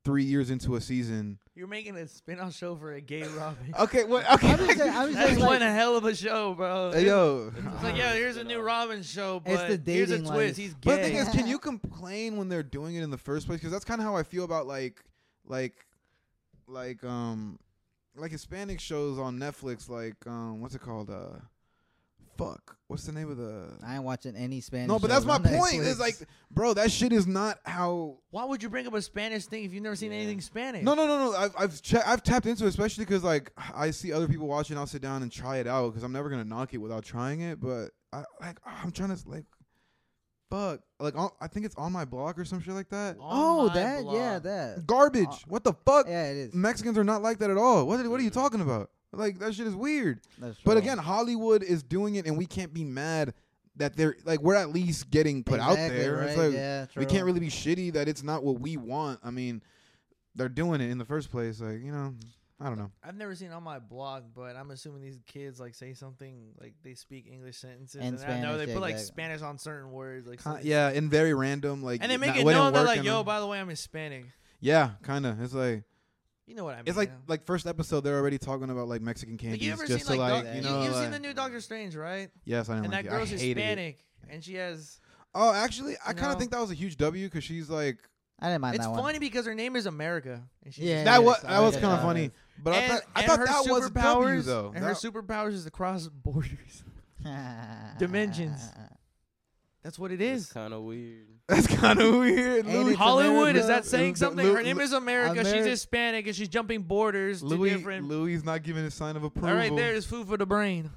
3 years into a season.
You're making a spin-off show for a gay Robin.
Okay, what
I'm just saying, I'm just
That's
saying,
one
like,
hell of a show, bro.
Hey, yo.
It's like, yeah, here's a new Robin show, but
It's the
here's a
dating
twist.
life.
He's gay.
But the thing is,
Yeah.
can you complain when they're doing it in the first place? Because that's kind of how I feel about like, like, like, um, like Hispanic shows on Netflix. Like, um, what's it called? Uh, fuck. What's the name of the?
I ain't watching any Spanish.
No, but that's
shows
my
on
point.
Netflix.
It's like, bro, that shit is not how.
Why would you bring up a Spanish thing if you've never seen
Yeah.
anything Spanish?
No, no, no, no. I've I've che- I've tapped into, it, especially because like I see other people watching. I'll sit down and try it out because I'm never gonna knock it without trying it. But I like ah, I'm trying to like, fuck. Like on- I think it's on my block or some shit like that.
oh,
On my
that, yeah,
blog.
that.
Garbage.
Uh,
what the fuck?
Yeah, Mm-hmm. it is.
Mexicans are not like that at all. What, what are you talking about? Like that shit is weird.
That's
But
true.
again, Hollywood is doing it, and we can't be mad that they're like we're at least getting put out
Exactly,
there. It's
right,
like
yeah,
we
true.
can't really be shitty that it's not what we want. I mean, they're doing it in the first place. Like you know, I don't know.
I've never seen it on my blog, but I'm assuming these kids like say something like they speak English sentences,
And
and, I know
Spanish,
they
yeah,
put like
exactly.
Spanish on certain words, like
Ki-
something-
yeah, and very random. Like
and they make
not-
it
wouldn't
known that
work
like,
in
yo,
a-
by the way, I'm Hispanic.
yeah, kind of. It's like
You know what I mean?
it's like
yeah.
like first episode they're already talking about like Mexican
Like,
candies
you ever
just
seen
to
like,
like
doc-
you
you
know
have
like,
seen the new Doctor Strange, right?
yes I didn't
And
like
that
it. I
girl's
hated it.
Hispanic, and she has.
Oh, actually, I
You
kind of
know?
think that was a huge W because she's like
I didn't mind
It's
that one.
funny because her name is America, and she's just-
Yeah,
that was
I
that was
like
kind of
that.
funny. But I
And-
thought I
and
thought
her
that was a W
superpowers-
though.
And her
That-
superpowers is to cross borders. Dimensions. That's what it
It's
is.
kind of weird.
That's kind of weird.
And
Louis,
it's
Hollywood
America.
is that saying
Lu-
something?
Lu-
Her name is America. she's
Ameri-
Hispanic and she's jumping borders to
Louis,
different.
Louis not giving a sign of approval.
All right, there is food for the brain.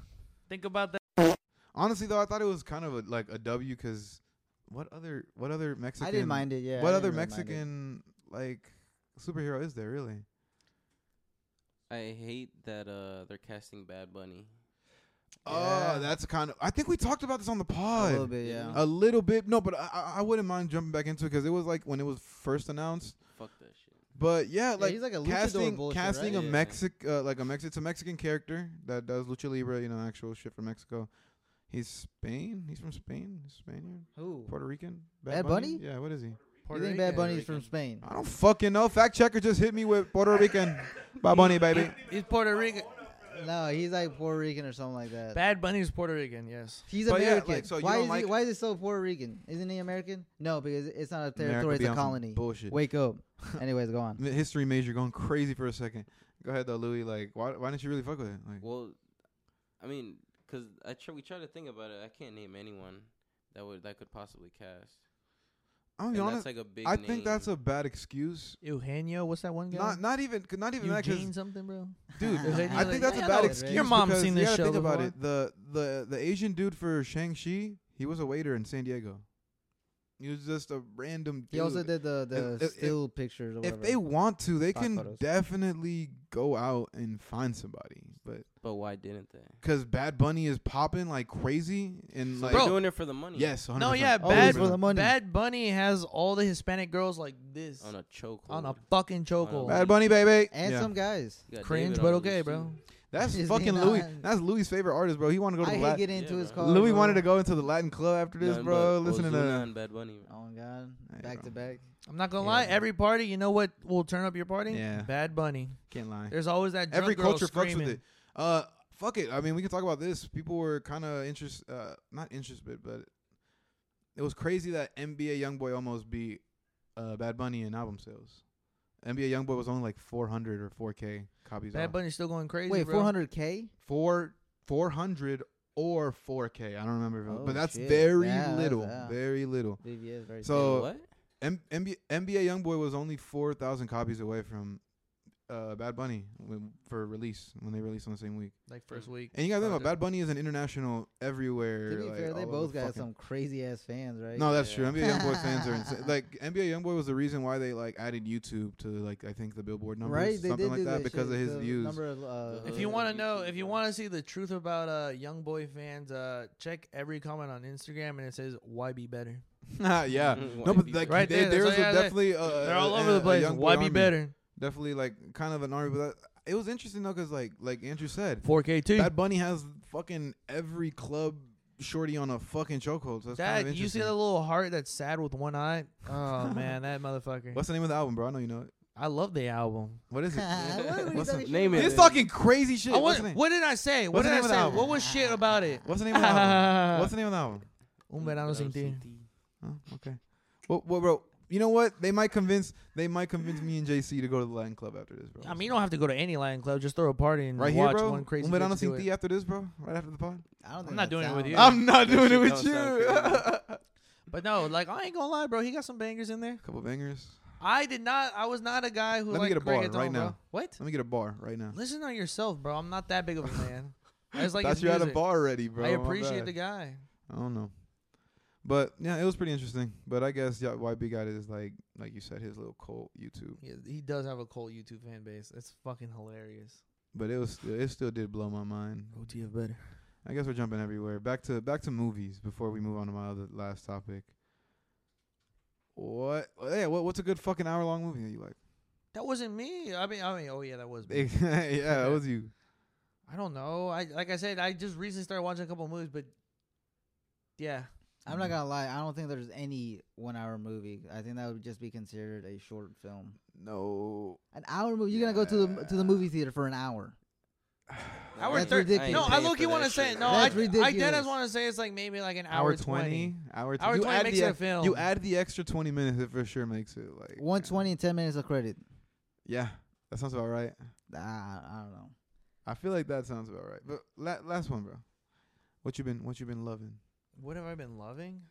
Think about that.
Honestly though, I thought it was kind of a, like a W because what other what other Mexican
I didn't mind it. Yeah.
what
I
other
didn't really mind it.
Mexican like superhero is there really?
I hate that uh they're casting Bad Bunny.
Oh, that's kind of. I think we talked about this on the
A
pod.
little bit, yeah.
A little bit. No, but I- I, I wouldn't mind jumping back into it because it was like when it was first announced.
Fuck that shit.
But yeah,
Yeah,
like
he's like a luchador
casting
bullshit,
casting
right?
a
Yeah.
Mexic uh, like a Mex it's a Mexican character that does lucha libre, you know, actual shit from Mexico. He's Spain. He's from Spain. He's Spaniard,
Who?
Puerto Rican.
Bad Bunny?
Yeah, what is he?
You think Bad Bunny's from
Rican.
Spain?
I don't fucking know. Fact checker just hit me with Puerto Rican. Bad Bunny, baby.
He's Puerto Rican.
Uh,
No, he's like Puerto Rican or something like that.
Bad Bunny is Puerto Rican. Yes.
He's
But yeah, like,
American.
so you
why
don't
is
like-
he? Why is it so Puerto Rican? Isn't he American? No, because it's not a
America
territory.
be
It's a
on some
colony.
Bullshit.
Wake up. Anyways, go on.
M- history major going crazy for a second. Go ahead though, Louis. Like, why why didn't you really fuck with it? Like,
Well, I mean, cause I tr- we try to think about it. I can't name anyone that would that could possibly cast. And
I'm gonna be
that's
honest.
like a big.
I think that's
name.
a bad excuse.
Eugenio, what's that one guy?
Not not even not even that 'cause-
Eugene something, bro.
dude.
Eugenio,
I think
like-
that's
Yeah,
a
I
bad
know.
excuse.
Your mom's
because
seen
you
this
gotta
show
Think about
before.
it. The the the Asian dude for Shang Chi, he was a waiter in San Diego. He was just a random. Dude.
He also did the the
if- if-
still pictures or
If
whatever.
they want to, they
Stock
can
photos.
definitely go out and find somebody. But
But why didn't they?
because Bad Bunny is popping like crazy and like
They're
Bro.
doing it for the money.
yes, 100%.
No, yeah,
Always
Bad,
for the money.
Bad Bunny has all the Hispanic girls like this
Oh,
On a chokehold.
on a fucking chokehold.
Bad Bunny, baby.
and
yeah.
some guys.
You got
Cringe,
David
but
on
okay,
loose,
bro.
too.
That's
Is he
fucking
not?
Louis. That's Louis' favorite artist, bro. He wanted to go to
I
the
hate
Latin.
getting into
Yeah,
his
bro.
car.
Louis
bro.
wanted to go into the Latin club after this,
Nothing
bro.
but Ozuna
Listening to
and Bad Bunny.
Oh my god!
Hey,
Back
bro.
to back.
I'm not gonna
Yeah,
lie.
bro.
Every party, you know what will turn up your party?
Yeah.
Bad Bunny.
can't lie.
There's always that. Drunk
Every
girl
culture fucks
screaming.
with it. Uh, fuck it. I mean, we can talk about this. People were kind of interest, uh, not interested, but it was crazy that NBA YoungBoy almost beat uh, Bad Bunny in album sales. NBA YoungBoy was only like 400 or 4K copies.
Bad
off.
Bunny's still going crazy.
Wait,
bro.
400k?
four four hundred or four K. I don't remember, if it was-
Oh,
but that's
shit.
very
Yeah, that's-
little,
yeah.
very little.
VVS very
So- Oh,
what?
M- NBA, NBA YoungBoy was only four thousand copies away from uh, Bad Bunny when, for release when they released on the same week.
Like first week.
And you gotta think about
Project.
Bad Bunny is an international everywhere.
Oh, To be
like,
fair,
all
they
over
both got
fucking-
some crazy ass fans, right?
No, that's
Yeah.
true. NBA YoungBoy fans are insane. like NBA YoungBoy was the reason why they like added YouTube to like I think the Billboard numbers,
right? They
something
did
like
do
that, because
shit,
of his
the
views.
Number of, uh,
The
If you
Uh,
want to
YouTube,
know, if you
bro.
want to see the truth about uh, young boy fans, uh, check every comment on Instagram and it says "Why be better."
yeah.
Why
No, but
be
like
Mm-hmm. Right
they,
there, that's
there's
what- yeah,
a
they-
definitely uh,
They're all
a-
over
a
the place.
YoungBoy
Why be
army.
better?
definitely like kind of an army, but that, it was interesting though because like like Andrew said,
4K too. That,
Bad Bunny has fucking every club shorty on a fucking chokehold. So that's kind of
you see
interesting.
that little heart that's sad with one eye? Oh man, that motherfucker.
What's the name of the album, bro? I know you know it.
I love the album.
What is it? What's the-
Name it.
This fucking crazy shit.
I
What's
want,
the name?
what did I say?
What's
What
the
did I
name of the
say?
album?
What was shit about it?
What's the name of the album? What's the name of the album?
Un verano sin ti.
Oh, okay. Well, well, bro, you know what? They might convince they might convince me and JC to go to the Latin Club after this, bro.
I mean, you don't have to go to any Lion Club. Just throw a party and
right here,
watch
bro.
one crazy.
Un verano
bitch do
sin
it.
ti after this, bro. Right after the pod.
I don't think
I'm
that
not doing it with
sounds-
you.
I'm not
That
doing it
shit
with
don't
you.
sound
A
But no, like I ain't gonna lie, bro. He got some bangers in there.
couple bangers.
I did not. I was not a guy who
Let me
liked
get a bar
reggaeton,
right
bro.
now.
What?
Let me get a bar right now.
Listen on yourself, bro. I'm not that big of a fan. I just like
Thought
his
you had a
music.
bar already, bro.
I
My
appreciate
bad.
the guy.
I don't know. But yeah, it was pretty interesting. But I guess yeah, YB got his like like you said his little cult YouTube.
He, he does have a cold YouTube fan base. It's fucking hilarious.
But it was still, it still did blow my mind.
OTF better.
I guess we're jumping everywhere. Back to back to movies before we move on to my other last topic. What? Yeah, what, what's a good fucking hour long movie that you like?
That wasn't me. I mean, I mean, oh yeah, that was me.
yeah, it was you.
I don't know. I like I said, I just recently started watching a couple movies, but yeah,
I'm not gonna lie. I don't think there's any one-hour movie. I think that would just be considered a short film.
No.
An hour movie. You're gonna go to the to the movie theater for an hour.
hour
That's
thirty.
ridiculous.
No,
I ain't
I
paying
look.
for
You
that
want to
shit,
say no?
man.
I,
That's
I dead as
ridiculous.
want to say it's like maybe like an hour,
Hour
20.
twenty. Hour, tw-
Hour
you
20
add
makes
the
it a
ex-
film.
You add the extra twenty minutes, it for sure makes it like
One twenty and ten minutes of credit.
Yeah, that sounds about right.
Ah, I don't know.
I feel like that sounds about right. But la- last one, bro. What you been? What you been loving?
What have I been loving?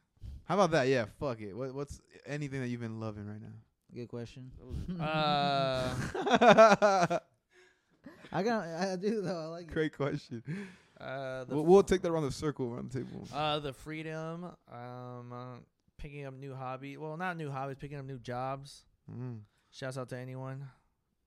How about that? Yeah, fuck it. What, what's anything that you've been loving right
Good question.
Uh,
now?
I got. I do though. I like. it.
Great question.
uh, the
We'll, we'll take that around the circle, around the table.
Uh, the freedom, um, uh, picking up new hobby. Well, not new hobbies, picking up new jobs.
Mm.
Shouts out to anyone.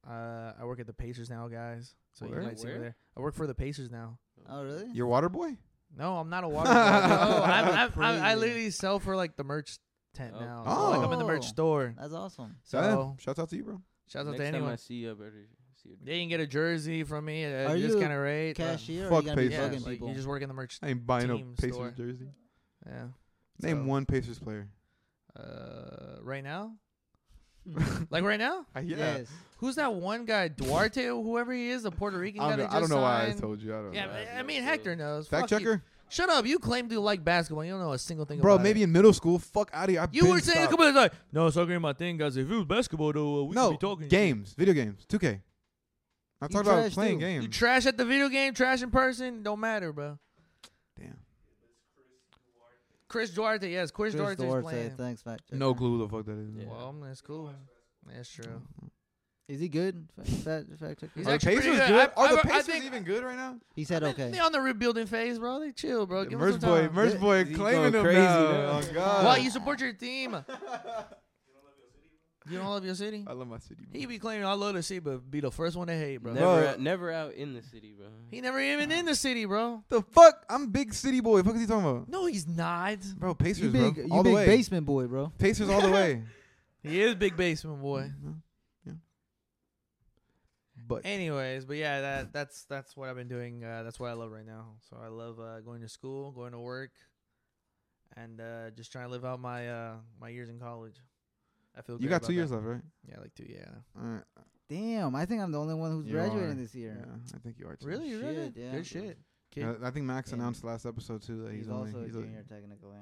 Uh, I work at the Pacers now, guys. So
Where?
you might see me
Where?
there. I work for the Pacers now.
Oh really?
Your water boy?
No, I'm not a water. boy. no, I'm, I'm, I'm, I
Crazy.
literally sell for like the merch tent
Oh.
now. So, like I'm in the merch
Oh.
store.
That's awesome.
So
yeah. Shouts out to you, bro.
shouts out
Next
to
time I
anyone.
see you, I better see you.
They can get a jersey from me at
Are
a
you
discounted rate. uh,
Cashier. or
Fuck
you gonna be
Pacers.
bugging
yeah, like,
people.
you just work in the merch.
I ain't buying no
Team
Pacers
store.
jersey.
Yeah.
Name
So-
one Pacers player.
Uh, right now, like right now.
I, yeah.
Yes.
Who's that one guy, Duarte, whoever he is, the Puerto Rican
I
guy?
don't, know,
that
I don't
just
know why I
signed?
told you. I don't
Yeah,
know.
I
but,
have
I
no
mean
clue.
Hector knows.
Fact
Fuck you.
checker,
Shut up! You claim to like basketball. You don't know a single thing,
bro.
about
Maybe
It.
in middle school. Fuck out of here. I've
You
been
were saying,
stopped.
"Come on, like, no, it's not getting my thing, guys. If it was basketball, though, uh, we
no
could be talking
games, video games, 2K. I'm
You
talking about
trash,
playing
too.
You
games.
trash at the video game, trash in person, don't matter, bro.
Damn.
Chris Duarte, yes, Chris,
Chris
Duarte's
Duarte,
playing.
Thanks, fact checker.
No clue who the fuck that is.
Yeah.
Well, that's cool. That's true.
Is he good? Fa- Fact, fact checker.
He's
Are the
actually
Pacers
pretty
good?
good. I-
Are the
I- I
Pacers
think-
even good right now?
He said okay.
They on the rebuilding phase, bro. They chill, bro. Give
Merch
them some
boy,
time.
merch boy,
He's
claiming
going
him
crazy
now.
now.
Oh God.
Why you support your team? you don't love your city?
I love my city. bro.
He be claiming I love the city, but be the first one to hate, bro.
Never,
Bro.
Out, never out in the city, bro.
He never even in the city, bro.
The fuck? I'm big city boy. Fuck is he talking about?
No, he's not.
Bro,
You
Pacers,
big,
bro.
you
all the
big
way.
basement boy, bro.
Pacers all the way.
He is big basement boy.
But
Anyways, but yeah, that that's that's what I've been doing. Uh, that's what I love right now. So I love uh, going to school, going to work, and uh, just trying to live out my uh, my years in college. I feel
you
great
got two
about
years
that.
left, right?
Yeah, like two. Yeah.
All right.
Damn, I think I'm the only one who's
You
graduating
are.
this
Yeah,
year.
I think you are too.
Really,
Shit,
really,
yeah.
good shit. Kid.
Uh, I think Max
Yeah.
announced last episode too that
He's,
he's, only
also
he's
a
a-
junior technically.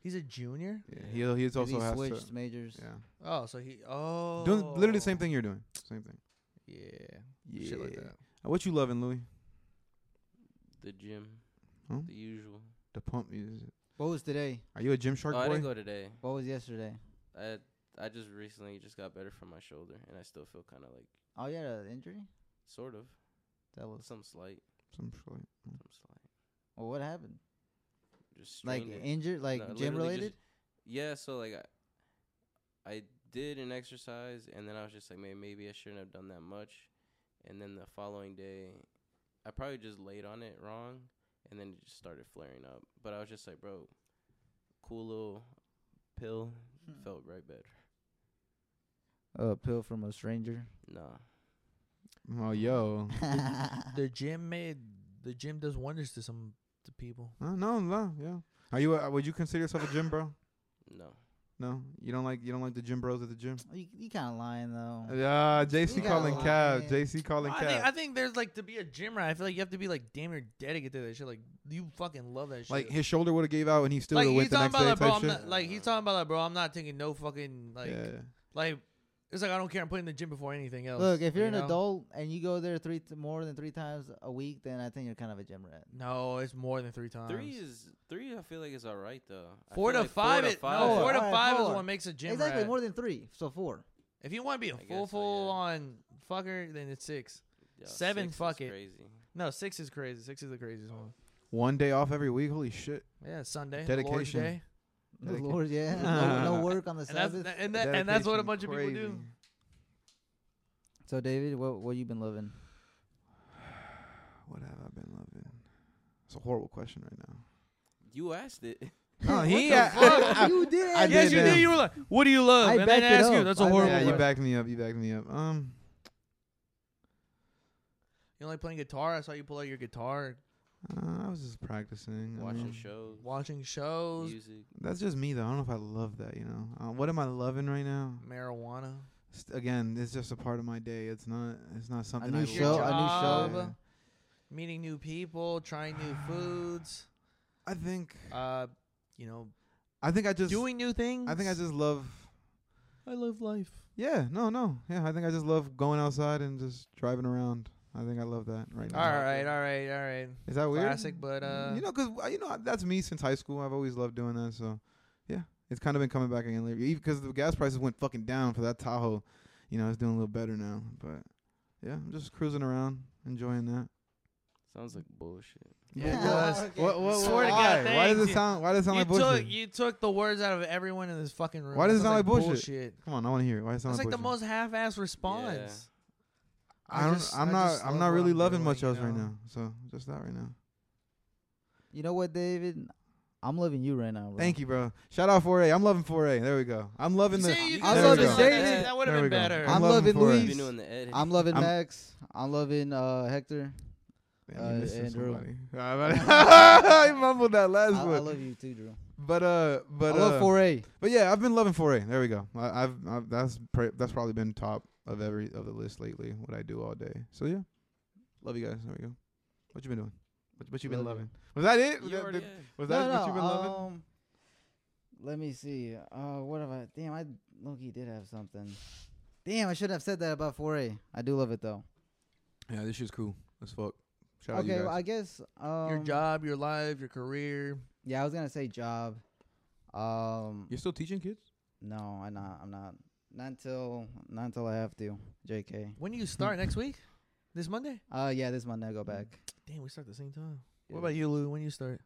He's a junior.
yeah, he'll- he's
'Cause
also
he
has
switched
to.
majors.
Yeah.
Oh, so he. Oh,
Doing literally the same thing you're doing. Same thing.
Yeah, shit like that.
Uh, What you loving, Louis?
The gym,
Huh?
the usual.
The pump music.
What was today?
Are you a gym shark
oh, I
boy?
didn't go today.
What was yesterday?
I I just recently just got better from my shoulder, and I still feel kind of like
Oh, you had an injury?
sort of
That was.
some slight,
Some shit.
some slight,
Well, what happened?
just
Like
strained it.
injured? Like
No,
gym
literally just-
related?
Yeah, so like I, I did an exercise, and then I was just like, man, maybe I shouldn't have done that much. And then the following day, I probably just laid on it wrong, and then it just started flaring up. But I was just like, bro, cool little pill
Hmm.
felt right better.
A pill from a stranger.
Nah,
Oh, yo.
The gym made the gym does wonders to some to people.
Uh, no, no, yeah. Are you? A, would you consider yourself a gym bro?
no.
No, you don't like you don't like the gym bros at the gym.
you you kind of lying though.
Yeah, JC
You
calling cab.
gotta lie.
JC calling
I think, I
cab.
think there's like to be a gym rat. I feel like you have to be like damn near dedicated to that shit. Like you fucking love that shit.
Like his shoulder would have gave out and he still
Like,
would have
he's
went the
talking
next day
about like, bro,
type
I'm
shit.
not, like he's talking about like, bro, I'm not taking no fucking like,
yeah.
like it's like I don't care. I'm putting the gym before anything else.
Look, if you're
you
an
know?
adult and you go there three t- more than three times a week, then I think you're kind of a gym rat.
no, it's more than three times.
Three is three. I feel like is all right though. I
four
feel
to
like
five. it, No,
five.
four to
Alright,
five is
four.
what makes a gym
exactly,
rat.
more than three, so four.
if you want to be a
I guess
full
so,
full
yeah.
on fucker, then it's six.
Yeah,
seven,
six is
fuck it.
Crazy.
No, six is crazy. Six is the craziest one.
One day off every week. Holy shit.
Yeah, Sunday, Lord's
Dedication.
Day.
The
Dedica-
Lord, yeah, no, no work on the
And that's,
Sabbath.
and, that, and that's what a
Dedication,
bunch of people do.
crazy.
So, David, what what you been living?
What have I been loving? It's a horrible question right now.
Mm-hmm.
You asked it.
Oh, he.
the
I-
fuck?
I-
you did.
I
yes,
did
you
them.
did. You were like, "What do you love?"
I
and then I
backed it
asked you,
up.
"That's a
I
horrible."
yeah,
backed
you
question.
word.
backed me up. You backed me up. Um,
You don't like playing guitar? I saw you pull out your guitar,
uh, I was just practicing. I
Watching
mean,
shows,
watching shows,
music.
That's just me though. I don't know if I love that. You know, uh, what am I loving right now?
marijuana.
St- again, it's just a part of my day. It's not. It's not something.
new
I
show-
love.
a new
show.
Yeah.
meeting new people, trying new foods,
I think.
uh, you know,
I think I just.
doing new things.
I think I just love.
I live life.
Yeah. No. No. Yeah. I think I just love going outside and just driving around. I think I love that right
All
now.
right, all right, all right.
Is that weird?
Classic, but uh,
you know, cause uh, you know that's me since high school. I've always loved doing that. So, yeah, it's kind of been coming back again lately. Because the gas prices went fucking down for that Tahoe. You know, it's doing a little better now. But yeah, I'm just cruising around, enjoying that.
Sounds like bullshit.
But
Yeah, it does.
What, what, what,
Swear to
why?
God,
why does
thank
it sound? Why does it sound
you
like
took
bullshit?
you took the words out of everyone in this fucking room.
Why does it
That
sound like bullshit?
bullshit?
Come on, I want to hear. it. Why does it sound like,
That's like the
bullshit?
most half-ass response.
I don't.
just-
I'm
I
not.
just
I'm
love
not
what
really
I'm
loving
doing,
much
you
else right
know?
now. So just that right now.
You know what, David? I'm loving you right now. Bro.
Thank you, bro. Shout out 4A. I'm loving 4A. There we go. I'm loving the.
See, you could've
I'm
there we
loving
go.
just said
David.
That, that would have
There we
been
go.
better.
I'm loving
4A.
You've
Please.
been doing the edit.
I'm loving
I'm-
Max. I'm loving uh, Hector.
Damn, you
Uh,
missed
Andrew.
somebody. I mumbled that
I,
last
I
one.
love you too, Drew.
But uh, but
I
uh,
love 4A.
but yeah, I've been loving 4A. There we go. I, I've, I've that's pr- that's probably been top of every of the list lately. What I do all day. So yeah, love you guys. There we go. What you been doing? What, what you been
Love you.
loving? Was that it? Was
You
that,
already
did-
had.
was
No,
that
no.
what you been loving?
um, let me see. Uh, what have I? Damn, I Loki did have something. Damn, I should have said that about 4A. I do love it though.
Yeah, this shit's cool as fuck. Shout out
okay,
you
well,
guys.
I guess um,
your job, your life, your career.
Yeah, I was gonna say job. Um,
You're still teaching kids?
no, I'm not. I'm not. Not until not until I have to. Jk.
When do you
Mm.
start next week? This Monday?
Uh, yeah, this Monday I go back.
Damn, we start at the same time.
Yeah.
What about you, Lou? When do you start?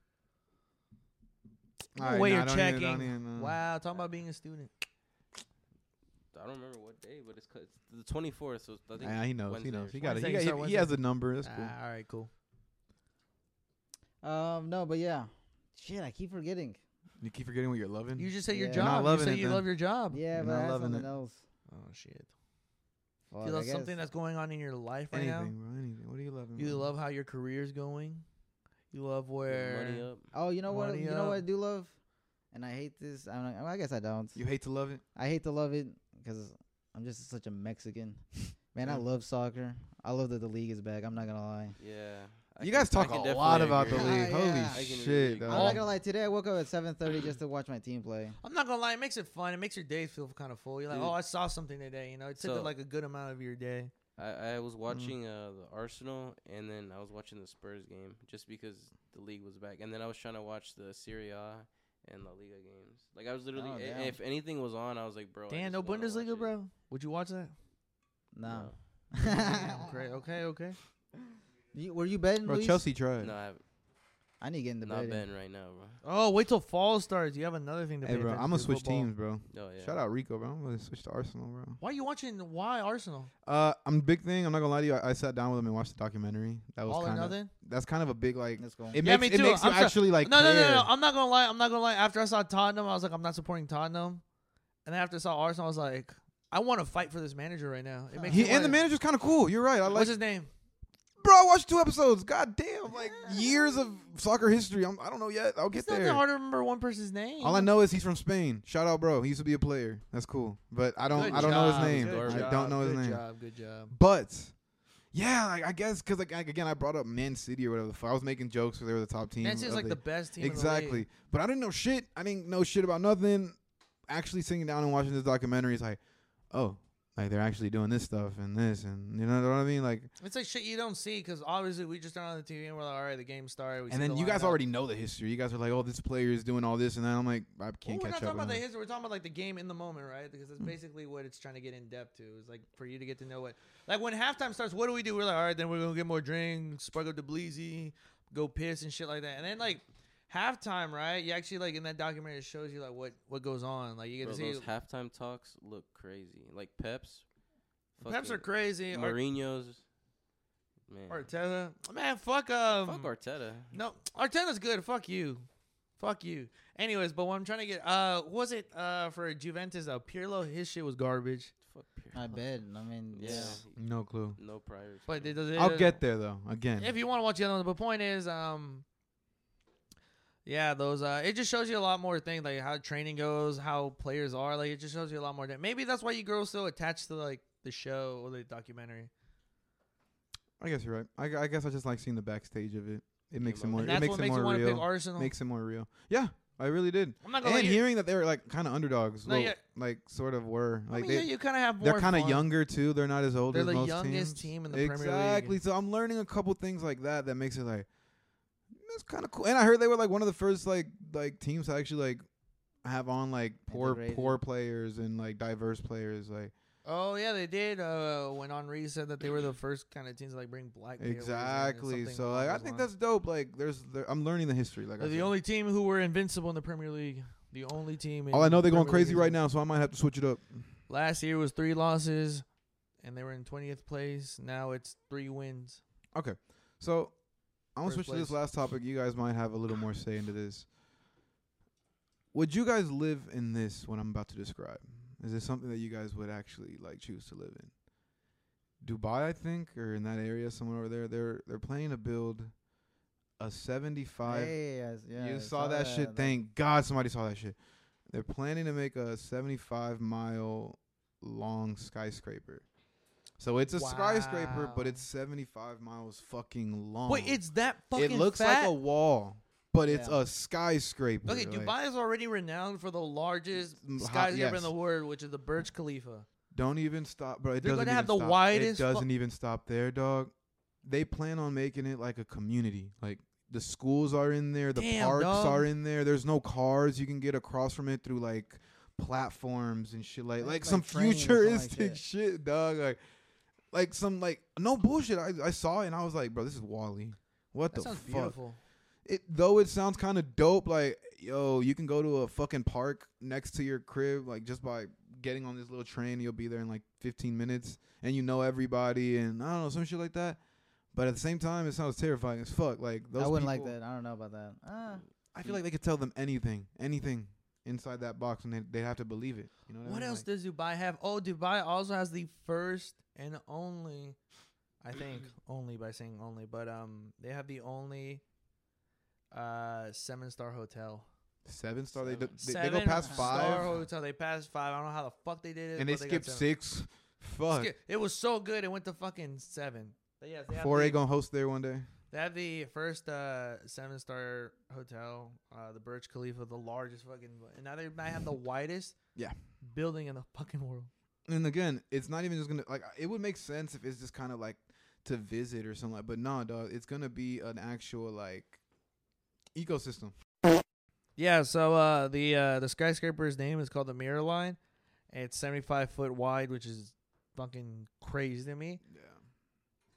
All right,
way
nah,
you're
don't even- don't
checking.
even, uh,
Wow, talking about being a student.
I don't remember what day, but it's, cu- it's the 24th. So I think
Yeah, Ah, he knows.
Wednesday
he
or
knows. He
something.
got it.
Wednesday,
He,
you
got-
start
he- he has the number. That's cool.
Ah, all right, cool.
Um, no, but yeah. Shit, I keep forgetting.
You keep forgetting what you're loving.
You just say your
Yeah. You're not
job. You
loving
say
it
you
then.
love your job.
Yeah,
I'm
but
not
I had
loving
something
it.
else.
Oh shit.
Fuck,
you
I
love
guess.
something that's going on in your life right
anything,
now.
bro. Anything. What are you loving?
You
bro?
love how your career's going. You love where
money up.
Oh, you know what?
Money
You know what I
up.
do love, and I hate this. I'm like, well, I guess I don't.
You hate to love it.
I hate to love it because I'm just such a Mexican. Man, I
Yeah.
love soccer. I love that the league is back. I'm not gonna lie.
Yeah. I
you
can-
guys
I
talk
can
a
definitely
lot about the
agree.
league. Holy
yeah.
I can
shit!
agree.
dog.
I'm
Oh.
not gonna lie. Today I woke up at 7:30 just to watch my team play.
I'm not gonna lie, it makes it fun. It makes your day feel kind of full. You're like,
Dude.
oh, I saw something today. You know, it took
So-
like a good amount of your day.
I, I was watching uh, the Arsenal, and then I was watching the Spurs game just because the league was back, and then I was trying to watch the Serie A and La Liga games. Like I was literally,
Oh,
a-
damn.
if anything was on, I was like,
Oh,
bro. I
Damn,
just
no
wanna watch
Bundesliga,
it.
bro. Would you watch that?
No.
Damn, great. Okay, okay.
You, were you betting,
Bro,
Luis?
Chelsea tried.
No, I haven't.
I need to get in the
Not
betting.
betting right now, bro.
Oh, wait till fall starts. You have another thing to.
Hey,
pay
bro,
attention
I'm gonna
to,
switch
football.
teams, bro.
No, Oh, yeah.
Shout out Rico, bro. I'm gonna switch to Arsenal, bro.
Why you watching? Why Arsenal?
Uh, I'm big thing. I'm not gonna lie to you. I, I sat down with him and watched the documentary. That was
All or
kind of
nothing.
that's kind of a big like.
Let's go.
It
Yeah,
makes
me
it
too.
makes you
I'm so-
actually like.
no, no, no, no.
care.
I'm not gonna lie. I'm not gonna lie. After I saw Tottenham, I was like, I'm not supporting Tottenham. And then after I saw Arsenal, I was like, I want to fight for this manager right now. It makes
He
me
and the
like-
manager's kind of cool. You're right. I like.
What's his name?
Bro, I watched two episodes. God damn, like years of soccer history. I'm, I don't know yet. I'll get
It's not
there.
that hard to remember one person's name.
All I know is he's from Spain. Shout out, bro. He used to be a player. That's cool. But I don't.
Good
I don't know his
job,
name.
good
I don't
job,
know his
good
name.
Job, good job.
But yeah, like, I guess because like, like, again, I brought up Man City or whatever. the fuck. I was making jokes because they were the top team.
That's just
of
like the best team. in the league.
exactly. but I didn't know shit. I didn't know shit about nothing. Actually, sitting down and watching this documentary is like, oh, like they're actually doing this stuff and this and you know what I mean. Like,
It's like shit you don't see because obviously we just turn on the TV and we're like, all right, the game started. We see
and then
the
you guys
lineup.
already know the history. You guys are like, oh, this player is doing all this, and then I'm like, I
Well,
can't catch up.
we're not
Mm.
talking about
on
the
it.
history. We're talking about like the game in the moment, right? Because that's basically what it's trying to get in depth to. It's like for you to get to know what, like when halftime starts, what do we do? We're like, all right, then we're gonna get more drinks, spark up the bleezy, go piss and shit like that. And then like halftime, right? You actually like in that documentary it shows you like what what goes on. Like you get
Bro,
to see
those halftime talks look crazy. Like Peps.
Peps are
fucking
crazy. Ar-
Mourinho's. Man.
Arteta, man, fuck um,
Fuck Arteta.
no, Arteta's good. Fuck you. Fuck you. Anyways, but what I'm trying to get, uh, what was it uh for Juventus? Uh, Pirlo, his shit was garbage.
Fuck Pirlo.
I bet. I mean,
Yeah.
yeah.
No clue.
No prior.
But they,
experience.
they-
I'll get there though. Again,
If you want to watch the other one, but point is, um, yeah, those. Uh, it just shows you a lot more things, like how training goes, how players are. Like it just shows you a lot more. That maybe that's why you girls still attached to like the show or the documentary.
I guess you're right. I, gu- I guess I just like seeing the backstage of it. It makes it
And
more.
And
It
that's
makes
what
it
makes you
more
want to pick
real.
Arsenal.
Makes it more real. Yeah, I really did.
I'm not gonna
And
lie, you-
hearing that they were like kind of underdogs,
No,
well,
yeah.
like sort of were.
I
Like
mean,
they,
yeah, you kind of have more.
they're kind of
fun.
younger too. They're not as old
They're
as
the
most
youngest
teams.
team in the Premier League.
Exactly. So I'm learning a couple things like that that makes it like that's kind of cool. And I heard they were like one of the first like like teams to actually like have on like poor
Integrated.
poor players and like diverse players like
Oh yeah, they did. Uh, when Henri said that they were the first kind of teams to, like bring black. players in, it's
exactly.
something
So
along
like I
those
think
lines.
that's dope. Like there's there, I'm learning the history. Like I
They're the
said.
only team who were invincible in the Premier League. The only team. In
Oh, I know they're going
Premier League
crazy right
history.
now, so I might have to switch it up.
Last year was three losses, and they were in twentieth place. Now it's three wins.
Okay. So I want to
First
switch to this
place.
last topic. You guys might have a little more say into this. Would you guys live in this what I'm about to describe? Is this something that you guys would actually like choose to live in? Dubai, I think, or in that area somewhere over there, they're they're planning to build a 75
Hey, yes, yeah, I
you saw, that, shit.
that.
Thank God somebody saw that shit. They're planning to make a 75 mile long skyscraper. So it's a skyscraper, but
Wow.
it's 75 miles fucking long.
Wait, it's that fucking.
it looks like a wall, but it's
Yeah.
a skyscraper.
Okay,
like,
Dubai is already renowned for the largest
Mm, hot-
skyscraper
yes.
in the world, which is the Burj Khalifa.
Don't even stop, bro. It
They're
doesn't
gonna
even
have the
stop.
widest
It
fu-
doesn't even stop there, dog. They plan on making it like a community. Like the schools are in there, the
Damn,
parks
dog.
are in there. There's no cars. You can get across from it through like platforms and shit. Like
That's
like,
like
some
train or something like
futuristic
that.
shit, dog. Like like some like no bullshit. I I saw it and I was like, bro, this is Wally. What
That
the
sounds
fuck?
beautiful.
it though it sounds kind of dope like yo you can go to a fucking park next to your crib like just by getting on this little train you'll be there in like 15 minutes and you know everybody and i don't know some shit like that but at the same time it sounds terrifying as fuck like those
I wouldn't
people-
like that. I don't know about that. Ah,
i feel like they could tell them anything anything inside that box and they, they'd have to believe it you know what,
What
I mean?
else
Like,
does Dubai have? Oh, Dubai also has the first and only, I think, only by saying only, but um, they have the only, uh, seven star hotel.
seven star they, do,
Seven.
they, they go
Seven
past
Star
five
hotel. They passed five. I don't know how the fuck they did it.
and they
but got
skip
seven.
six fuck
Skip- It was so good. It went to fucking seven. But yes, they have,
four a
the,
gonna host there one day
they have the first uh, seven star hotel, uh, the Burj Khalifa, the largest fucking, and now they might have the widest
Yeah.
building in the fucking world.
and again, it's not even just gonna like it would make sense if it's just kind of like to visit or something like, but no, dog, it's gonna be an actual like ecosystem.
Yeah, so uh, the uh, the skyscraper's name is called the Mirror Line. It's 75 foot wide, which is fucking crazy to me.
Yeah.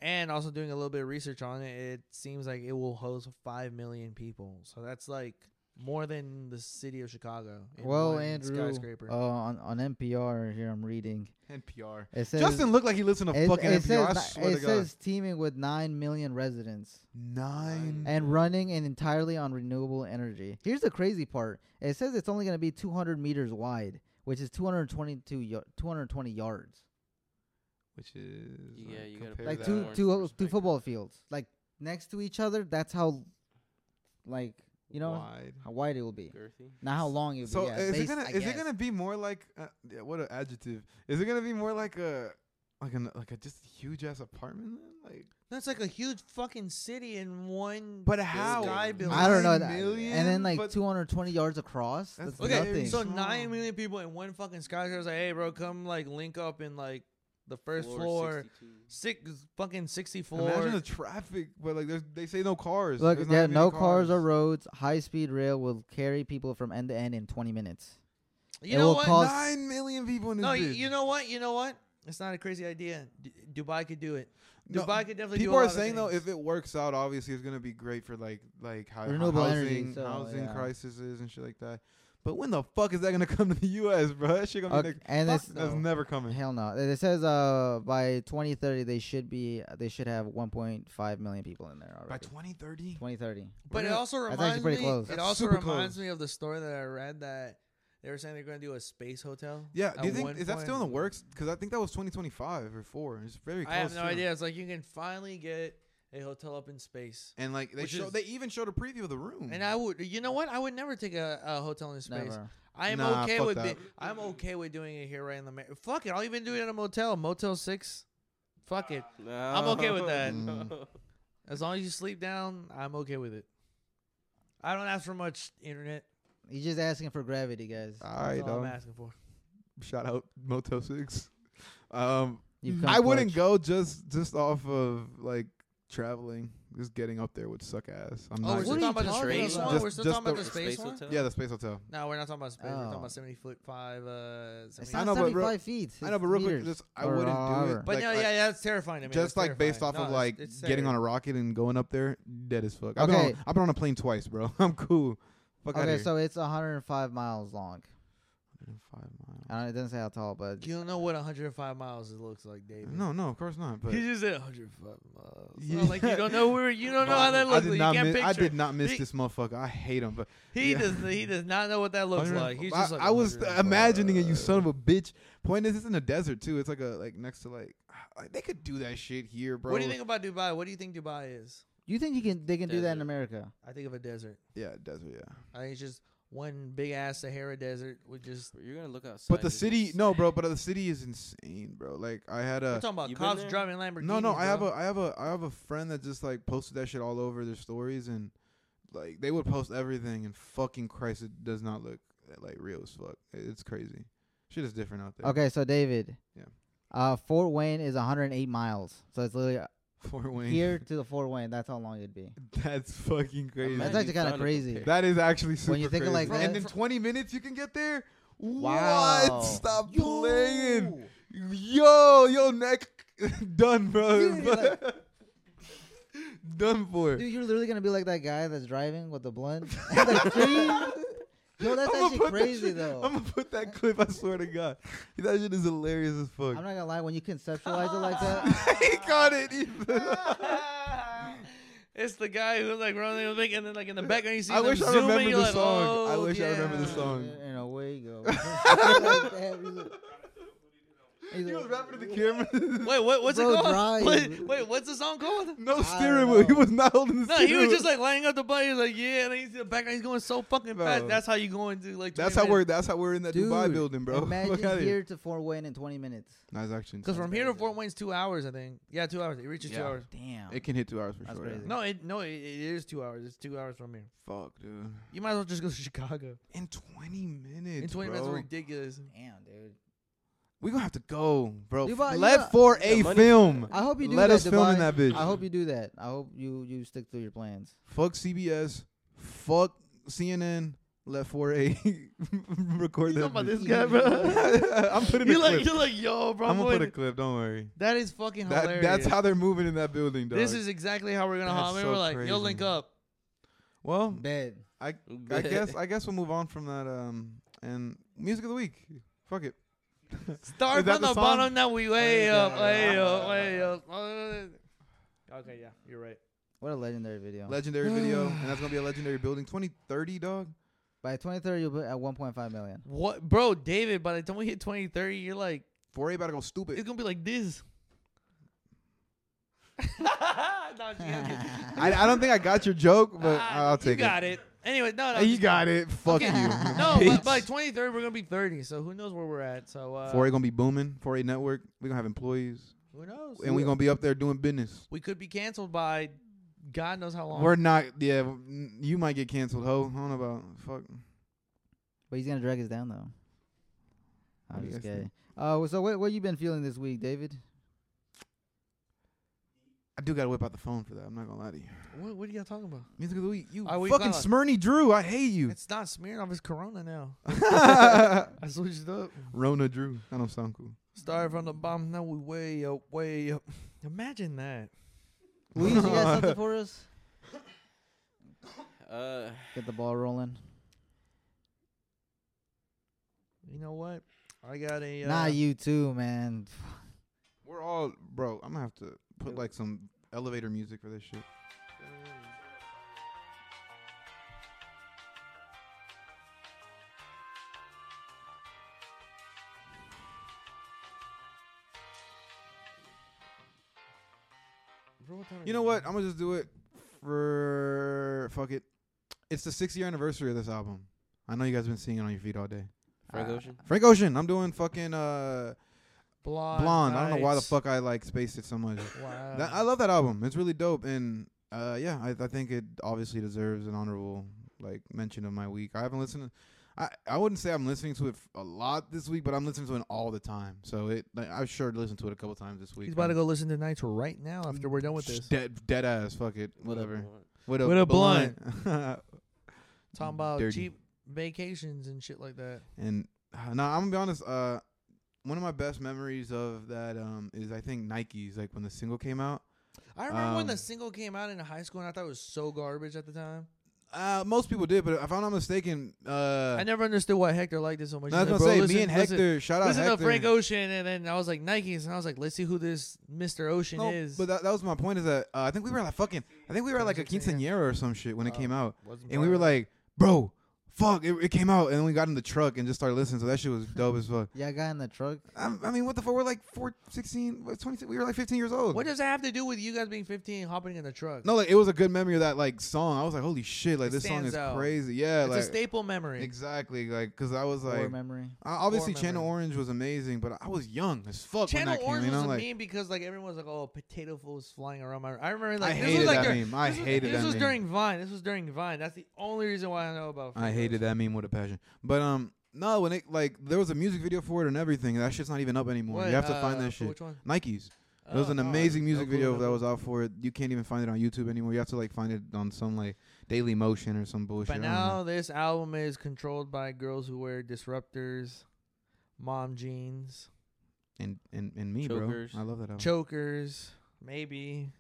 And also doing a little bit of research on it, it seems like it will host 5 million people. So that's like more than the city of Chicago. in
well,
one
Andrew,
Skyscraper.
uh, on on NPR here I'm reading.
NPR.
It says
Justin looked like he listened to
it,
fucking
it
NPR. I
says,
swear
it
to God.
says teaming with nine million residents
Nine.
and running and entirely on renewable energy. Here's the crazy part. It says it's only going to be 200 meters wide, which is 222 yo- 220 yards,
which is
Yeah, you gotta
compare
Here's
like
that
two
one's
two two
perspective.
football fields, like next to each other. That's how, like you know,
wide.
how wide it will be.
girthy.
Not how long it will
So
be. Yeah,
is
based-
it gonna
I
is it
guess.
gonna be more like uh, yeah, what an adjective? Is it gonna be more like a like an like a just huge ass apartment then? Like
that's like a huge fucking city in one.
but
how?
Sky building.
I don't
nine
know. That,
million?
and then like
But-
220 yards across.
That's
That's,
very
nothing.
So
small.
nine million people in one fucking skyscraper. It's like, hey, bro, come like link up in like the first floor,
62.
six fucking sixty four.
Imagine the traffic, but like there's, they say no cars.
Look,
There's not
there are
even any
no cars or roads. High speed rail will carry people from end to end in 20 minutes.
you
it
know
will
what?
cost-
Nine million people in this.
no, you,
bitch.
you know what? You know what? It's not a crazy idea. D- Dubai could do it.
No,
Dubai could definitely.
people
do a
are
lot of
saying though,
things.
if it works out, obviously it's gonna be great for like like high,
Renewable
housing,
energy, so,
housing
yeah.
crises and shit like that. But when the fuck is that gonna come to the U.S., bro? That shit gonna be
Okay,
next.
and
Fuck,
it's
that's never coming.
hell no. It says uh by 2030 they should be they should have 1.5 million people in there already.
By 2030,
2030
But it
Really?
also
That's actually
reminds me.
pretty close.
It
That's
also
super
reminds
close.
me of the story that I read that they were saying they're going to do a space hotel.
yeah.
at
Do you think
one
is that still in the
point.
works? Because I think that was 2025 or four. It's very close.
I have no
too.
idea. It's like you can finally get a hotel up in space.
And like they
Which
show,
is-
they even showed a preview of the room.
And I would, you know what? I would never take a, a hotel in space.
never.
I am
Nah,
okay
fuck
with
that.
it. I'm okay with doing it here right in the ma- fuck it. I'll even do it at a motel, Motel Six. Fuck it. I'm okay with that.
No.
As long as you sleep down, I'm okay with it. I don't ask for much internet.
He's just asking for gravity, guys.
all
That's
right,
all I'm
dog.
asking for.
Shout out Moto Six. Um,
You've
I
come
I wouldn't
clutch.
go just just off of like traveling. Just getting up there would suck ass. I'm
Oh,
not.
we're still
are
gonna-
you
talking about the
talking
space
about?
one.
Just-
we're still
just
talking about
the-
the space, one.
yeah, the space hotel.
No, we're not talking about space. We're talking
Oh.
about seventy foot five. Uh,
It's
70
I
not
know, but real-
75 feet.
I know, but real quick,
meters.
just I
Or
wouldn't do
however.
it.
but
like,
no,
I-
yeah, yeah, that's terrifying to me.
just
That's
like based off
terrifying.
of
No,
like
it's- it's
getting on
scary.
a rocket and going up there, dead as fuck. I've, been on,
Okay.
I've been on a plane twice, bro. I'm cool. Fuck out
okay,
here.
so it's 105 miles long.
Five
I don't. It doesn't say how tall, but
You don't know what 105 miles it looks like, David.
miles. No, no, of course not. But
He just said 105 miles.
Yeah.
Oh, like you don't know where you don't know how that
I
looks.
did
like.
not.
you can't
miss,
picture.
I did not miss
He-
this motherfucker. I hate him. But
He
yeah.
does. He does not know what that looks like. He's just
I,
like
I was
105.
imagining it, you son of a bitch. Point is, it's in the desert too. It's like a like next to like, like they could do that shit here, bro.
What do you think about Dubai? What do you think Dubai is?
you think you can? They can do that in
Desert.
America?
I think of a desert.
Yeah, desert. Yeah,
I think it's just one big ass Sahara desert with just.
You're gonna look outside.
but the
it's
city,
insane.
no, bro. But the city is insane, bro. Like I had
We're
a
talking about
you been
cops
there?
driving Lamborghinis.
no, no. I have
bro.
a I have a I have a friend that just like posted that shit all over their stories and like they would post everything and fucking Christ, it does not look like real as fuck. It- It's crazy. Shit is different out there.
Okay, so David.
Yeah.
Uh, Fort Wayne is 108 miles, so it's literally
Fort Wayne.
here to the Fort Wayne. That's how long it'd be.
That's fucking crazy.
Man,
That's
you
actually kind of
found it
crazy.
prepared.
That is actually super
When you think of, like,
crazy. and
the-
in 20 minutes you can get there.
Wow.
What? Stop playing. Yo, yo, neck done, bro.
Dude, you're like-
done for.
Dude, you're literally gonna be like that guy that's driving with the blunt. in the street. Yo, that's
I'ma
actually
put that
crazy
shit-
though.
I'ma put that clip. I swear to God, that shit is hilarious as fuck.
I'm not gonna lie, when you conceptualize it like that,
he caught it. Ethan.
it's the guy who like running the thing, and then like in the background you see
I
them
wish I
zooming,
remembered
you're
the
like,
song. I
"Oh,
wish I remembered the
yeah."
uh,
song.
and away you go. like that. He's like- he's
he was
like-
rapping to the camera.
Wait, what, what's
Bro,
it called?
drive.
What, wait, what's the song called?
no
I
steering
don't
wheel. He
know.
was not holding the
No,
steering
he was
wheel.
just like lining up the bike. He was like, yeah, and then you see the background. He's going so fucking fast.
Bro.
That's how you going to like.
That's
20
how we're.
minutes.
That's how we're in that Dubai
Dude,
building, bro. Fuck
Imagine
outta here.
here to Fort Wayne in 20 minutes.
Nice action.
Because from here to
Crazy.
Fort Wayne's two hours, I think. Yeah, two hours. It reaches two
Yeah.
hours.
Damn.
It can hit two hours for
That's
sure.
crazy.
No, it no, it, it is two hours. It's two hours from here.
Fuck, dude.
You might as well just go to Chicago.
In 20 minutes.
In twenty
bro.
minutes, is ridiculous.
Damn, dude.
We're going to have to go, bro.
You
F-
bought- you
Let
got-
for
You
a
got money?
film.
I hope you do
Let
that,
us film in
Dubai.
that bitch.
I hope you do that. I hope you you stick to your plans.
Fuck CBS. Fuck CNN. Let for a record
You
that.
know about this
bitch.
guy, bro?
I'm putting a
You like
clip.
you like yo, bro.
I'm
I'm
gonna put a
going-
clip. Don't worry.
That is fucking
That,
hilarious.
that's how they're moving in that building, dog.
This is exactly how we're gonna
That's
hop in.
so
We're like, yo,
crazy.
link up.
well.
Bed.
I I guess I guess we'll move on from that. Um, and music of the week. Fuck it.
Start
Is that
from
the
the,
song? Oh,
bottom. Now we way
yeah,
up,
yeah.
way up, way up. Okay, yeah, you're right.
What a legendary video.
Legendary video, and that's gonna be a legendary building. 2030, dog.
By 2030, you'll be at 1.5 million.
What, bro, David? By the time we hit 2030, you're like,
4A about to go
it's
stupid.
gonna be like this. No, you gotta get-
I, I don't think I got your joke, but
Ah,
I'll take
you got
it.
it. Anyway, no, no,
Hey, you
just-
got it. Fuck
Okay.
you.
No,
bitch.
but by 2030 we're gonna be 30, so who knows where we're at? So uh,
4A gonna be booming. 4A network. We gonna have employees,
who knows?
and we gonna be up there doing business.
we could be canceled by God knows how long.
We're not. Yeah, mm, you might get canceled, ho. I don't know about fuck.
But he's gonna drag us down though.
What do
I'm
you
just
guys
kidding. Uh, well, so what what you been feeling this week, David?
I do gotta whip out the phone for that. I'm not gonna lie to you.
what, what are y'all talking about?
Music of the week. You
Are we
fucking
gonna-
Smyrny Drew. I hate you.
It's not smearing off. It's Corona now. I
Rona
switched up.
Drew. I don't sound cool.
Started from the bottom. Now we way up, way up. Imagine that.
Luis, you got something for us?
Uh,
Get the ball rolling.
you know what? I got a uh,
Nah, you too, man.
We're all, bro. I'm gonna have to put like some elevator music for this shit.
Bro, what time
You
is
know
it?
what? I'm gonna just do it for fuck it. It's the six year anniversary of this album. I know you guys been seeing it on your feed all day.
Frank
Uh,
Ocean.
Frank Ocean. I'm doing fucking uh
Blonde.
blonde. I don't know why the
Nights.
fuck I like spaced it so much.
Wow.
That- I love that album. It's really dope, and uh, yeah, I, I think it obviously deserves an honorable like mention of my week. I haven't listened. To, I I wouldn't say I'm listening to it f- a lot this week, but I'm listening to it all the time. So it like, I sure listened to it a couple times this week.
He's about to go listen to Nights right now after we're done with
Sh-
this.
Dead, dead ass. Fuck it. Whatever. With
With a blunt.
blunt.
Talking about
Dirty.
cheap vacations and shit like that.
And uh, nah, I'm gonna be honest. Uh, one of my best memories of that um is I think Nike's like when the single came out.
I remember when the
Um,
single came out in high school and I thought it was so garbage at the time.
Uh, most people did, but if I'm not mistaken, uh,
I never understood why Hector liked it so much.
No, I
He's
was gonna
like, "Bro,
say,
listen-
me and
listen-
Hector, shout out
Listen
Hector.
to Frank Ocean, and then I was like Nikes, and I was like, let's see who this Mister Ocean
No,
is.
but that, that was my point. Is that uh, I think we were like fucking, I think we were like a
Quinceañera.
quinceañera or some shit when it
Wow.
came out,
Wasn't
and we
part
were
of it.
like, bro, fuck, it, it came out, and then we got in the truck and just started listening. So that shit was dope as fuck.
Yeah, I got in the truck.
i I mean, what the fuck? We're like four, 16, what, 20, we were like fifteen years old.
what does that have to do with you guys being 15 and hopping in the truck?
no, like it was a good memory of that like song. I was like, holy shit, like
It
this song
stands
is
out.
crazy. Yeah,
it's
like
a staple memory.
exactly, like because I was
War
like,
memory.
I- obviously
Core
Channel
memory.
Orange was amazing, but I was young as fuck
Channel
when that
Orange
came.
was
You
a
know, like
meme because like everyone was like, "Oh, potato fools flying around my." I remember
I
like this
hated
was like
that
during-
meme. I
this was-
hated
This
that
was
meme.
during Vine. This was during Vine. That's the only reason why I know about.
I
Frank
hated
Ocean.
that meme with a passion. But um, no, when it like there was a music video for it and everything. and That shit's not even up anymore.
What,
you have to find
uh,
that
for
shit.
Which one?
Nikes. There was
Oh,
an
no, I-
amazing music
no clue,
video
no
that
clue.
was out for it. You can't even find it on YouTube anymore. You have to like find it on some like Daily Motion or some bullshit.
But
I don't know.
now this album is controlled by girls who wear disruptors, mom jeans,
and and and me,
Chokers.
bro, I love that album.
chokers, maybe,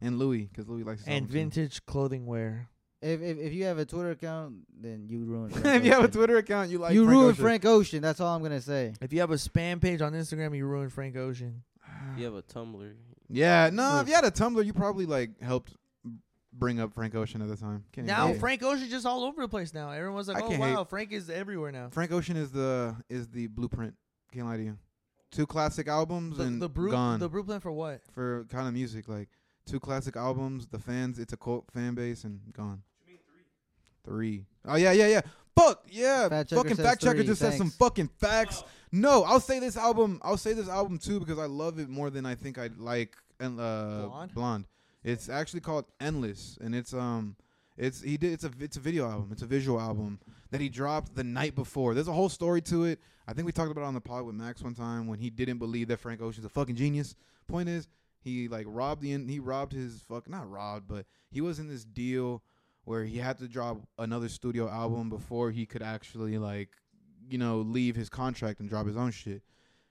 and Louis, because Louis likes. this
and
album, too.
vintage clothing wear.
If, if if you have a Twitter account, then you ruined. Frank
if you have a
Ocean.
Twitter account, you like.
you
Frank
ruined
Ocean.
Frank Ocean. That's all I'm gonna say.
If you have a spam page on Instagram, you ruin Frank Ocean.
You have a Tumblr.
Yeah, no. If
Look.
you had a Tumblr, you probably like helped bring up Frank Ocean at the time. Can't even
Now
lie.
Frank Ocean's just all over the place now. Everyone's like,
I
"Oh
can't
wow, Frank is everywhere now."
Frank Ocean is the is the blueprint. Can't lie to you. Two classic albums
The,
and
the brew,
gone
the brew plan for what?
for kind of music like two classic albums. The fans, it's a cult fan base and gone. Three. Oh yeah, yeah, yeah. Fuck yeah!
Fact checker
fucking
says
fact checker
three,
just said some
thanks.
fucking facts. No, I'll say this album. I'll say this album too because I love it more than I think I like. And uh,
Blonde?
blonde. It's actually called Endless, and it's um, it's he did it's a it's a video album. It's a visual album that he dropped the night before. There's a whole story to it. I think we talked about it on the pod with Max one time when he didn't believe that Frank Ocean's a fucking genius. Point is, he like robbed the he robbed his fuck not robbed, but he was in this deal where he had to drop another studio album before he could actually like you know leave his contract and drop his own shit.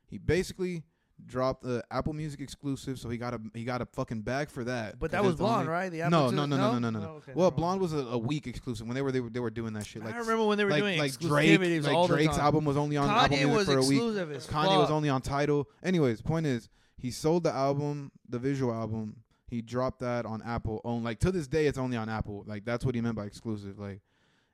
He basically dropped the Apple Music exclusive, so he got a he got a fucking bag for that. 'Cause
But that was
that's the only-
blonde, right? The
No,
Apple
no,
II-
no, no, no, no, no.
Oh, okay,
Well,
never mind.
Blonde was a, a week exclusive when they were they were, they were doing that shit. Like
I remember when they were
like,
doing
like
exclusivities
Drake, like
all
Drake's
the time.
album was only on Apple
Kanye
Music
was
for a week.
exclusive as
Kanye was
fuck.
only on title. Anyways, point is, he sold the album, the visual album. He dropped that on Apple. On like to this day, it's only on Apple. Like that's what he meant by exclusive. Like,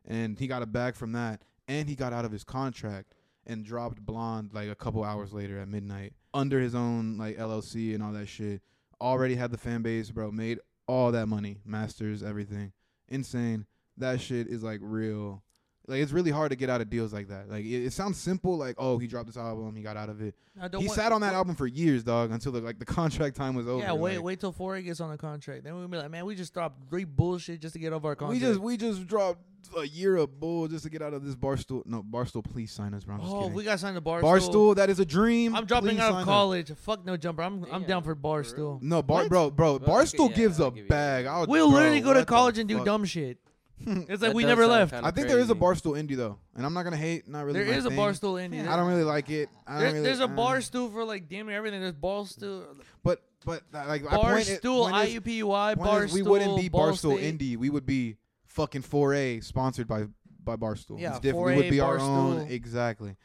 and he got a bag from that, and he got out of his contract and dropped Blonde like a couple hours later at midnight under his own like LLC and all that shit. Already had the fan base, bro. Made all that money, masters, everything, insane. That shit is like real. Like it's really hard to get out of deals like that. Like it, it sounds simple, like oh he dropped this album, he got out of it.
I don't
he
want-
sat on that album for years, dog, until the, like the contract time was over.
Yeah, wait,
like,
wait till Foray gets on the contract. Then we'll be like, man, we just dropped three bullshit just to get over our
We
contract.
just we just dropped a year of bull just to get out of this barstool. No barstool, please sign us, bro. I'm just
oh,
kidding.
we got signed to Barstool.
barstool, that is a dream.
I'm dropping
Please
out
sign
of
us.
college. Fuck no jumper. I'm I'm
Damn,
down for
for
Barstool.
No, bar,
What?
bro, bro.
Well, okay,
Barstool
yeah,
gives
I'll
a
give you that.
bag. I'll,
We'll
bro,
literally go to
what the
college and do
fuck?
dumb shit. It's like
That
we
does
never
sound
left.
kinda
I think there is a
crazy.
barstool indie though, and I'm not gonna hate. Not really.
There
my
is a
thing.
Barstool indie.
I don't really like it. I don't
There-
really,
there's
I
a
don't-
Barstool for like damn near everything. There's Barstool,
But but uh, like I point it-
Barstool,
point is-
IUPUI,
Point
Barstool.
is, we wouldn't be
Ball
Barstool
State.
Indie. We would be fucking 4A sponsored by by Barstool.
Yeah,
it's different. We
4A
would be our own
Barstool.
exactly.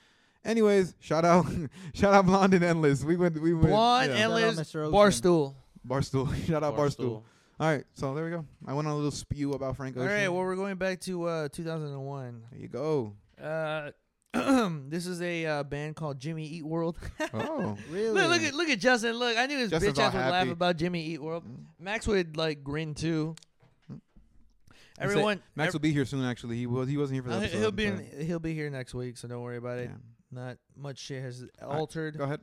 Anyways, shout out, shout out, Blonde and Endless. We went, we went.
Blonde,
yeah.
Shout out
endless,
Mr. Ocean.
barstool.
Barstool. shout out Barstool.
Barstool.
All right, so there we go. I went on a little spew about Frank
All
Ocean.
right, well, we're going back to uh, 2001.
there you go.
Uh, this is a uh, band called Jimmy Eat World.
Oh,
Really?
look, look at look at Justin. Look, I knew his
Justin's
bitch ass
all
would laugh
happy.
about Jimmy Eat World. Max would like grin too.
Mm.
Everyone,
Max will be here soon. Actually, he was he wasn't here for the
ev-
episode.
Uh, he'll be
but-
in, he'll be here next week, so don't worry about it.
yeah.
Not much shit has
right,
altered.
Go ahead.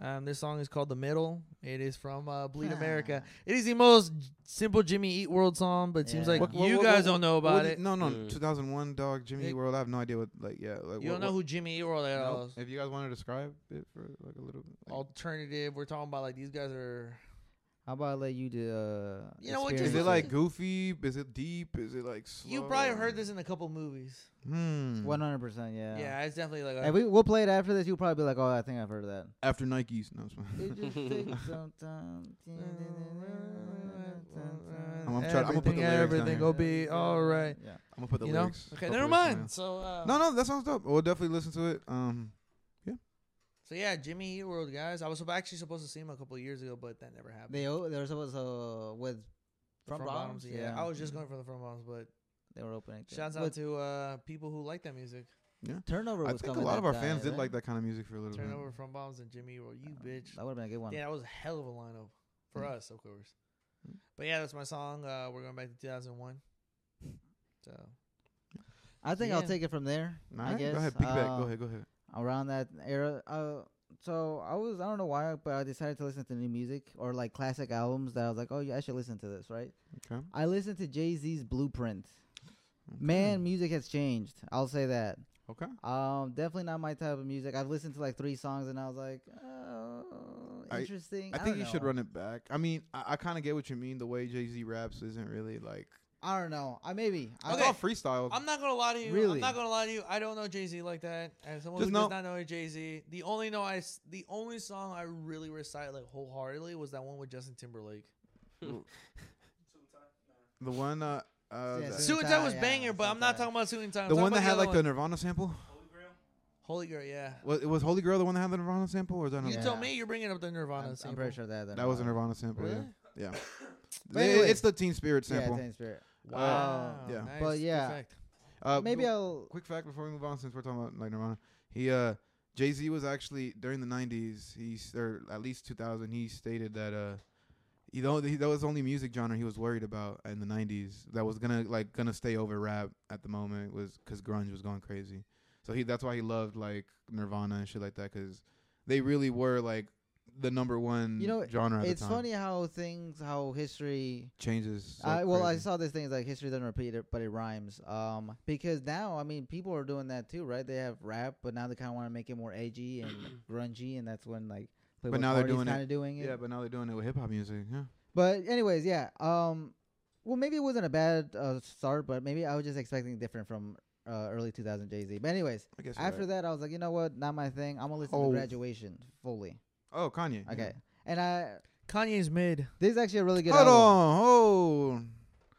Um, this song is called "The Middle." It is from uh,
Ah.
Bleed America. It is the most j- simple Jimmy Eat World song, but it seems
Yeah.
like
What-
you guys don't know about
What
it.
did- No, no,
Mm.
2001 dog Jimmy
It-
Eat World. I have no idea what like yeah. Like,
you
what,
don't know who Jimmy Eat World is.
Nope. If you guys want to describe it for like a little bit. like-
Alternative. We're talking about like these guys are.
How about I let you do? Uh,
You know what,
is
just-
it like goofy? Is it deep? Is it like slow?
You probably heard this in a couple movies.
Hmm.
One hundred percent. Yeah.
Yeah, it's definitely like. A,
If we we'll play it after this, you'll probably be like, "Oh, I think I've heard of that."
After Nikes. No, it's fine.
It just takes some time.
I'm trying- I'm gonna put the lyrics
everything,
down
everything
here.
will be all right.
Yeah.
I'm gonna put the
You know.
lyrics.
Okay,
up
never
with,
mind.
yeah.
So uh,
No, no, that sounds dope. We'll definitely listen to it. Um,
So yeah, Jimmy Eat World guys. I was sup- actually supposed to see him a couple years ago, but that never happened.
They o- they were supposed to uh, with
The Front bottoms, yeah. I was just going for the front bottoms, but
They were opening. thing.
shouts out
But
to uh, people who like that music.
turnover.
I
Was
think a
coming
lot
that
of our
time, eh?
fans did
right?
like that kind of music for a little
Turn
bit.
over front bottoms and Jimmy Eat World. You bitch.
That would have been a good one.
Yeah, that was a hell of a lineup for us, of course.
Mm.
But yeah, that's my song. Uh, we're going back to 2001. So
I think
Yeah.
I'll take it from there.
All
I
right,
guess.
go ahead, peek back.
uh,
Go ahead, go ahead.
Around that era. Uh, so I was I don't know why, but I decided to listen to new music or like classic albums that I was like, oh yeah, I should listen to this, right?
Okay.
I listened to Jay Z's Blueprint.
Okay.
Man, music has changed. I'll say that.
Okay.
Um, definitely not my type of music. I've listened to like three songs and I was like, oh,
I-
interesting.
I
don't
think you should
know.
run it back. I mean, I, I kind of get what you mean. The way Jay Z raps isn't really like.
I don't know. I maybe. I
It's
Okay.
all freestyle.
I'm not gonna lie to you. I'm
Really?
not gonna lie to you. I don't know Jay Z like that. As someone
Just
who
know-
does not know Jay Z, the only know I s- the only song I really recite like wholeheartedly was that one with Justin Timberlake.
the one. Uh, uh,
Yeah,
the,
Suit
Suit
and
and
Tie,
Tie was
yeah,
banger, but
Suit
I'm
and
not
Tie.
talking about Suit and Tie. I'm
the
talking
one that
about
had like
other
the
one.
Nirvana sample.
Holy Girl, yeah.
Was, it was Holy Grail the one that had the Nirvana sample, or was that
You
another
Yeah.
told me you're bringing up the
I'm,
Nirvana.
I'm
sample.
pretty sure that
That was a Nirvana sample.
Really?
Yeah. Yeah.
But
It-
anyway.
it's the Teen Spirit
Yeah,
sample.
Thin Spirit.
Wow.
yeah.
Nice.
But yeah.
good fact.
uh,
Maybe
go-
I'll.
quick fact before we move on, since we're talking about like Nirvana, he uh, Jay Z was actually during the '90s, he's or at least 2000, he stated that uh, you know he, that was the only music genre he was worried about in the '90s that was gonna like gonna stay over rap at the moment was because grunge was going crazy, so he that's why he loved like Nirvana and shit like that because they really were like the number one
You know,
genre at
It's
the time.
funny how things, how history.
changes. so
I, well, I
crazy.
saw this thing it's like history doesn't repeat it, but it rhymes. Um, because now, I mean, people are doing that too, right? They have rap, but now they kind of want to make it more edgy and grungy, and that's when like. Playboy
now they're
Carti's
doing it-
kinda doing it.
yeah, but now they're doing it with hip hop music. Yeah,
But anyways, yeah. Um, well, maybe it wasn't a bad uh, start, but maybe I was just expecting different from uh, early 2000 Jay Z. But anyways,
I guess. you're
after
right.
that, I was like, you know what? Not my thing. I'm gonna listen
Oh.
to Graduation fully.
oh Kanye. yeah.
Okay. And I
Kanye's mid.
this is actually a really good.
Hold
album.
on, hold. on.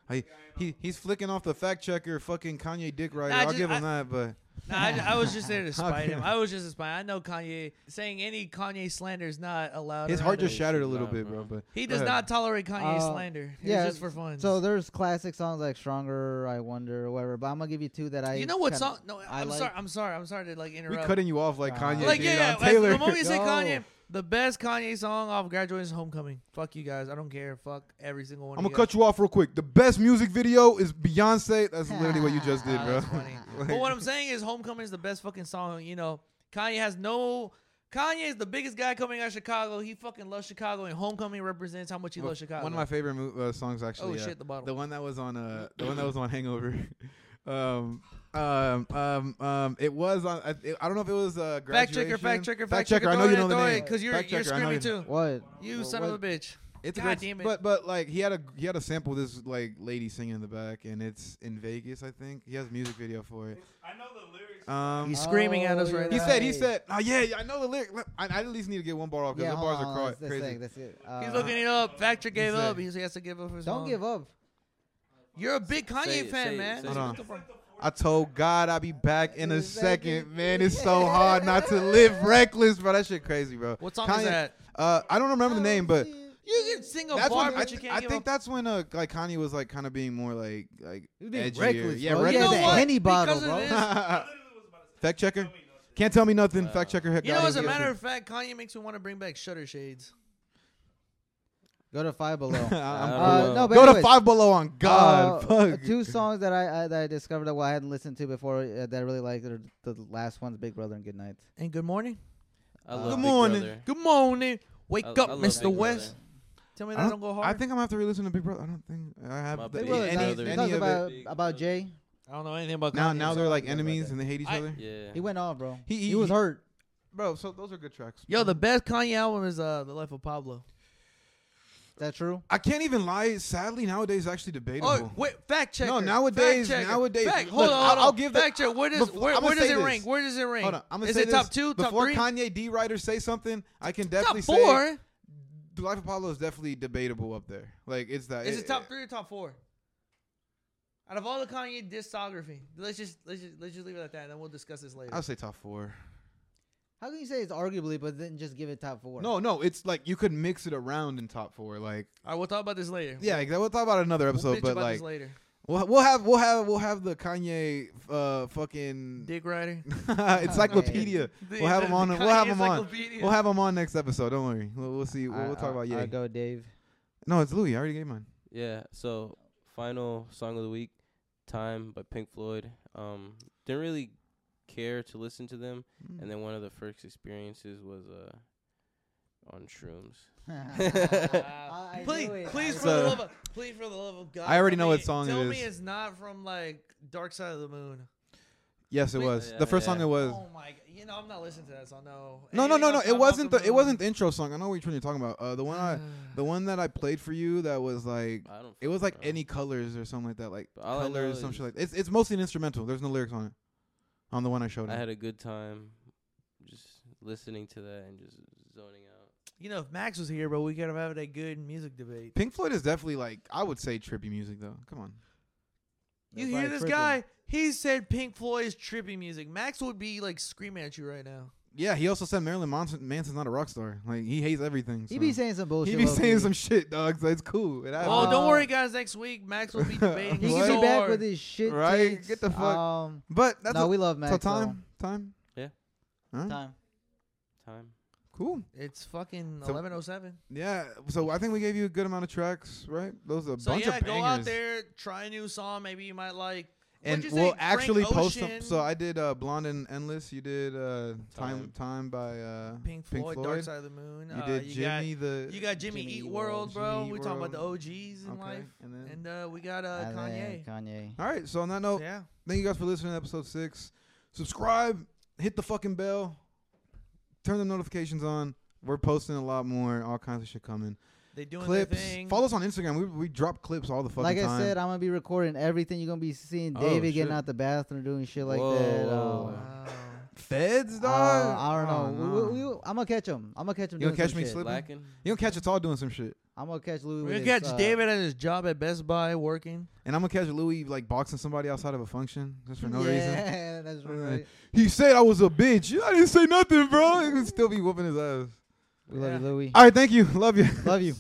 I, he he's flicking off the fact checker, fucking Kanye dick right.
Nah,
I'll
just-
give him
I-
that, but
Nah, I, I was just there to
How
spite
can-
him. I was just to spite. I know Kanye saying any Kanye slander is not allowed.
his
around
heart just
us.
Kanye
shattered a
should
little
love,
bit, bro.
bro.
But
He
go
does
ahead.
not tolerate Kanye
Uh,
slander. It's
yeah,
just for fun.
So there's classic songs like "Stronger," "I Wonder," or whatever. But I'm gonna give you two that I.
you know what
kinda-
song? No,
I
I'm
like-
sorry. I'm sorry. I'm sorry to like
We
interrupt.
cutting you off like
Uh,
Kanye
like
did
yeah, yeah.
on
as-
Taylor.
The moment you say
Yo.
Kanye, the best Kanye song off Graduation is Homecoming. Fuck you guys. I don't care. Fuck every single one.
I'm
of
gonna
you
cut you off real quick. The best music video is Beyonce. That's literally what you just did,
Ah,
bro.
that's funny.
Like,
But what I'm saying is, Homecoming is the best fucking song. You know, Kanye has no. Kanye is the biggest guy coming out of Chicago. He fucking loves Chicago, and Homecoming represents how much he loves Chicago.
one of my favorite mo- uh, songs actually.
oh
uh,
shit, the bottle. Mm-hmm.
The one that was on uh the one that was on Hangover. um um um um it was on I, it, I don't know if it was uh
fact checker,
graduation.
fact checker,
fact checker. I know you know the name.
because you're
Fact
you're
checker, I know
screaming
you-
too.
What?
You
Well,
son of a bitch.
It's a
God
great,
damn it.
But but like he had a he had a sample this like lady singing in the back and it's in Vegas I think he has a music video for it. I know the lyrics.
He's
Um,
screaming at
Oh,
us right
you're
he
now.
said he
right.
said oh yeah yeah, I know the lyric. I, I at least need to get one bar off because
Yeah,
the
hold
bars
on,
are
hold on,
cra-
that's- that's
crazy.
it, that's it. Uh,
He's looking it up. Factor gave
said-
up. He's- He has to give up his
Don't
song.
give up.
You're a big Kanye
Say it,
fan,
say it,
man.
say
it. Hold on.
What the fuck?
I told God I'd be back in a second, man. It's so hard not to live reckless, bro. That shit crazy, bro.
What song
Kanye-
is that?
Uh, I don't remember the name, but
You can sing a
that's
bar,
when
but
I,
you
th-
can't
I
give
think
a
that's when uh, like Kanye was like kind of being more like like
He was being
edgier.
reckless,
Yeah,
bro. He had
reckless.
that
what?
Henny bottle,
Because of
bro.
this,
Fact checker, can't tell me nothing. Fact checker,
You know,
guys,
as a
yeah.
matter of fact, Kanye makes me want to bring back Shutter Shades.
Go to five below.
I'm
Uh,
cool.
Uh,
Below.
no, but
Go to
anyways,
five below on God.
uh,
fuck.
Two songs that I, I that I discovered that well, I hadn't listened to before uh, that I really liked are the last one's Big Brother and Good Night.
And good morning.
I
Uh,
love
Good
Big
morning.
Brother.
Good morning. Wake
I-
up,
I love Big
Mr.
Brother.
West. Tell me that I don't, go hard.
I think I'm gonna have to re-listen to Big Brother. I don't think I
My
have the,
Big
any,
Big Brother.
Brother. Brother.
any,
talks
of
about
it.
Big
about
Brother.
Jay.
I don't know anything about
Now,
Kanye.
now they're like enemies
that.
and they hate each
I-
other.
Yeah.
He went off, bro.
He-
He,
he-
was hurt.
Bro, so those are good tracks.
Yo, the best Kanye album is uh, The Life of Pablo.
Is that true?
I can't even lie. Sadly, nowadays it's actually debatable.
Oh, wait, fact check.
No, nowadays- nowadays-
Fact,
look,
hold on,
I-
hold on.
I'll give the-
fact check. Where does
Bef-
where,
I'ma
where does
say
it
this.
rank? Where does it rank?
Hold on, I'm gonna
is
say
it
this.
top two, top
Before
three,
Kanye D writers say something, I can
top
definitely say
four?
The Life of Pablo is definitely debatable up there. Like it's that.
Is it top three or top four? Out of all the Kanye discography, let's just let's just let's just leave it at that, and then we'll discuss this later.
I'll say top four.
How can you say it's arguably, but then just give it top four?
No, no, it's like you could mix it around in top four. Like
All right, we'll talk about this later.
yeah, like, we'll talk about another
we'll
episode,
bitch
but
about
like
this later.
we'll we'll have we'll have we'll have the Kanye uh fucking
Dick Rider.
encyclopedia.
The-
We'll have
the-
him on.
the
We'll have
Kanye
him on.
encyclopedia.
We'll have him on next episode. Don't worry. We'll, we'll see. We'll, we'll talk about
I
Ye.
go, Dave.
No, it's Louis. I already gave mine.
Yeah. So final song of the week, "Time" by Pink Floyd. Um, didn't really care to listen to them, and then one of the first experiences was uh on shrooms.
I knew
please,
it.
please,
I
for the
knew
love of, please, for the love of God.
I already
tell
know what
me-
song it
tell
is.
me it's not from like Dark Side of the Moon.
Yes, it
Wait,
was
yeah,
the first
yeah.
song. It was.
Oh my, g- you know I'm not listening to that song. No,
No, no,
Anything
no, no.
else
It
on
wasn't
Malcolm
the. It
Moon?
wasn't the intro song. I know which one you're talking about. Uh, the one I, the one that I played for you. That was like.
I don't.
It was like
fucking know.
any colors or something like that. Like
But all I know
colors, some shit
is-
like. It's it's mostly an instrumental. There's no lyrics on it. On the one I showed.
I
him.
had a good time, just listening to that and just zoning out.
You know, if Max was here, bro, we could have had a good music debate.
Pink Floyd is definitely like I would say trippy music though. Come on.
You
That's
hear
right,
this
tripping.
guy? He said Pink Floyd is trippy music. Max would be like screaming at you right now.
Yeah, he also said Marilyn Manson, Manson's not a rock star. Like he hates everything.
He
so.
be saying some bullshit.
He be saying
low-key.
some shit, dog. So it's cool. It
Oh,
happens.
don't worry, guys. Next week, Max will be debating.
He
What?
could
so
be back
hard.
with his shit.
Right?
Takes.
Get the fuck-
Um,
but that's
no,
a,
we love Max.
so
though.
time, time,
Yeah.
Huh?
Time.
Time.
cool.
It's fucking
So-
1107.
Yeah. So I think we gave you a good amount of tracks, right? Those are a
So
bunch
yeah,
of
go
bangers.
out there, try a new song. Maybe you might like.
and
What'd you
we'll
say, Frank
actually post them.
Ocean?
So I did uh, "Blonde and Endless." You did uh, "Time
Time.
Time" by uh,
Pink Floyd, Dark Side of the Moon.
You
uh,
did
you got-
Jimmy the.
You got Jimmy,
Jimmy
Eat
Eat
World,
World.
bro.
Jimmy
we
Eat
talking about the
World.
OGs in
okay,
life,
and then.
and uh, we got uh,
And then
Kanye.
Kanye.
all right. So on that note,
Yeah,
thank you guys for listening to episode six. Subscribe, hit the fucking bell, turn the notifications on. We're posting a lot more, all kinds of shit coming.
they doing their
clips.
thing.
Follow us on Instagram. We, we drop clips all the fucking
Like
time.
I said, I'm gonna be recording everything. You're gonna be seeing
Oh,
David
shit.
getting out the bathroom, doing shit like
Whoa, whoa,
that. um,
whoa.
Wow.
Feds,
uh,
dog.
I don't
Oh,
know.
no.
We, we, we, I'm gonna catch him. I'm gonna catch him.
You gonna
doing some
catch me
shit.
slipping?
Lacking.
You don't catch us all doing some shit,
I'm gonna catch
We're
Louis. with
gonna
his,
catch
uh,
David at his job at Best Buy working.
and I'm gonna catch Louis like boxing somebody outside of a function just for no reason.
yeah, that's
Alright.
right.
He said I was a bitch. I didn't say nothing, bro. He would still be whooping his ass.
We love you, Louis.
All right, thank you. Love you.
Love you.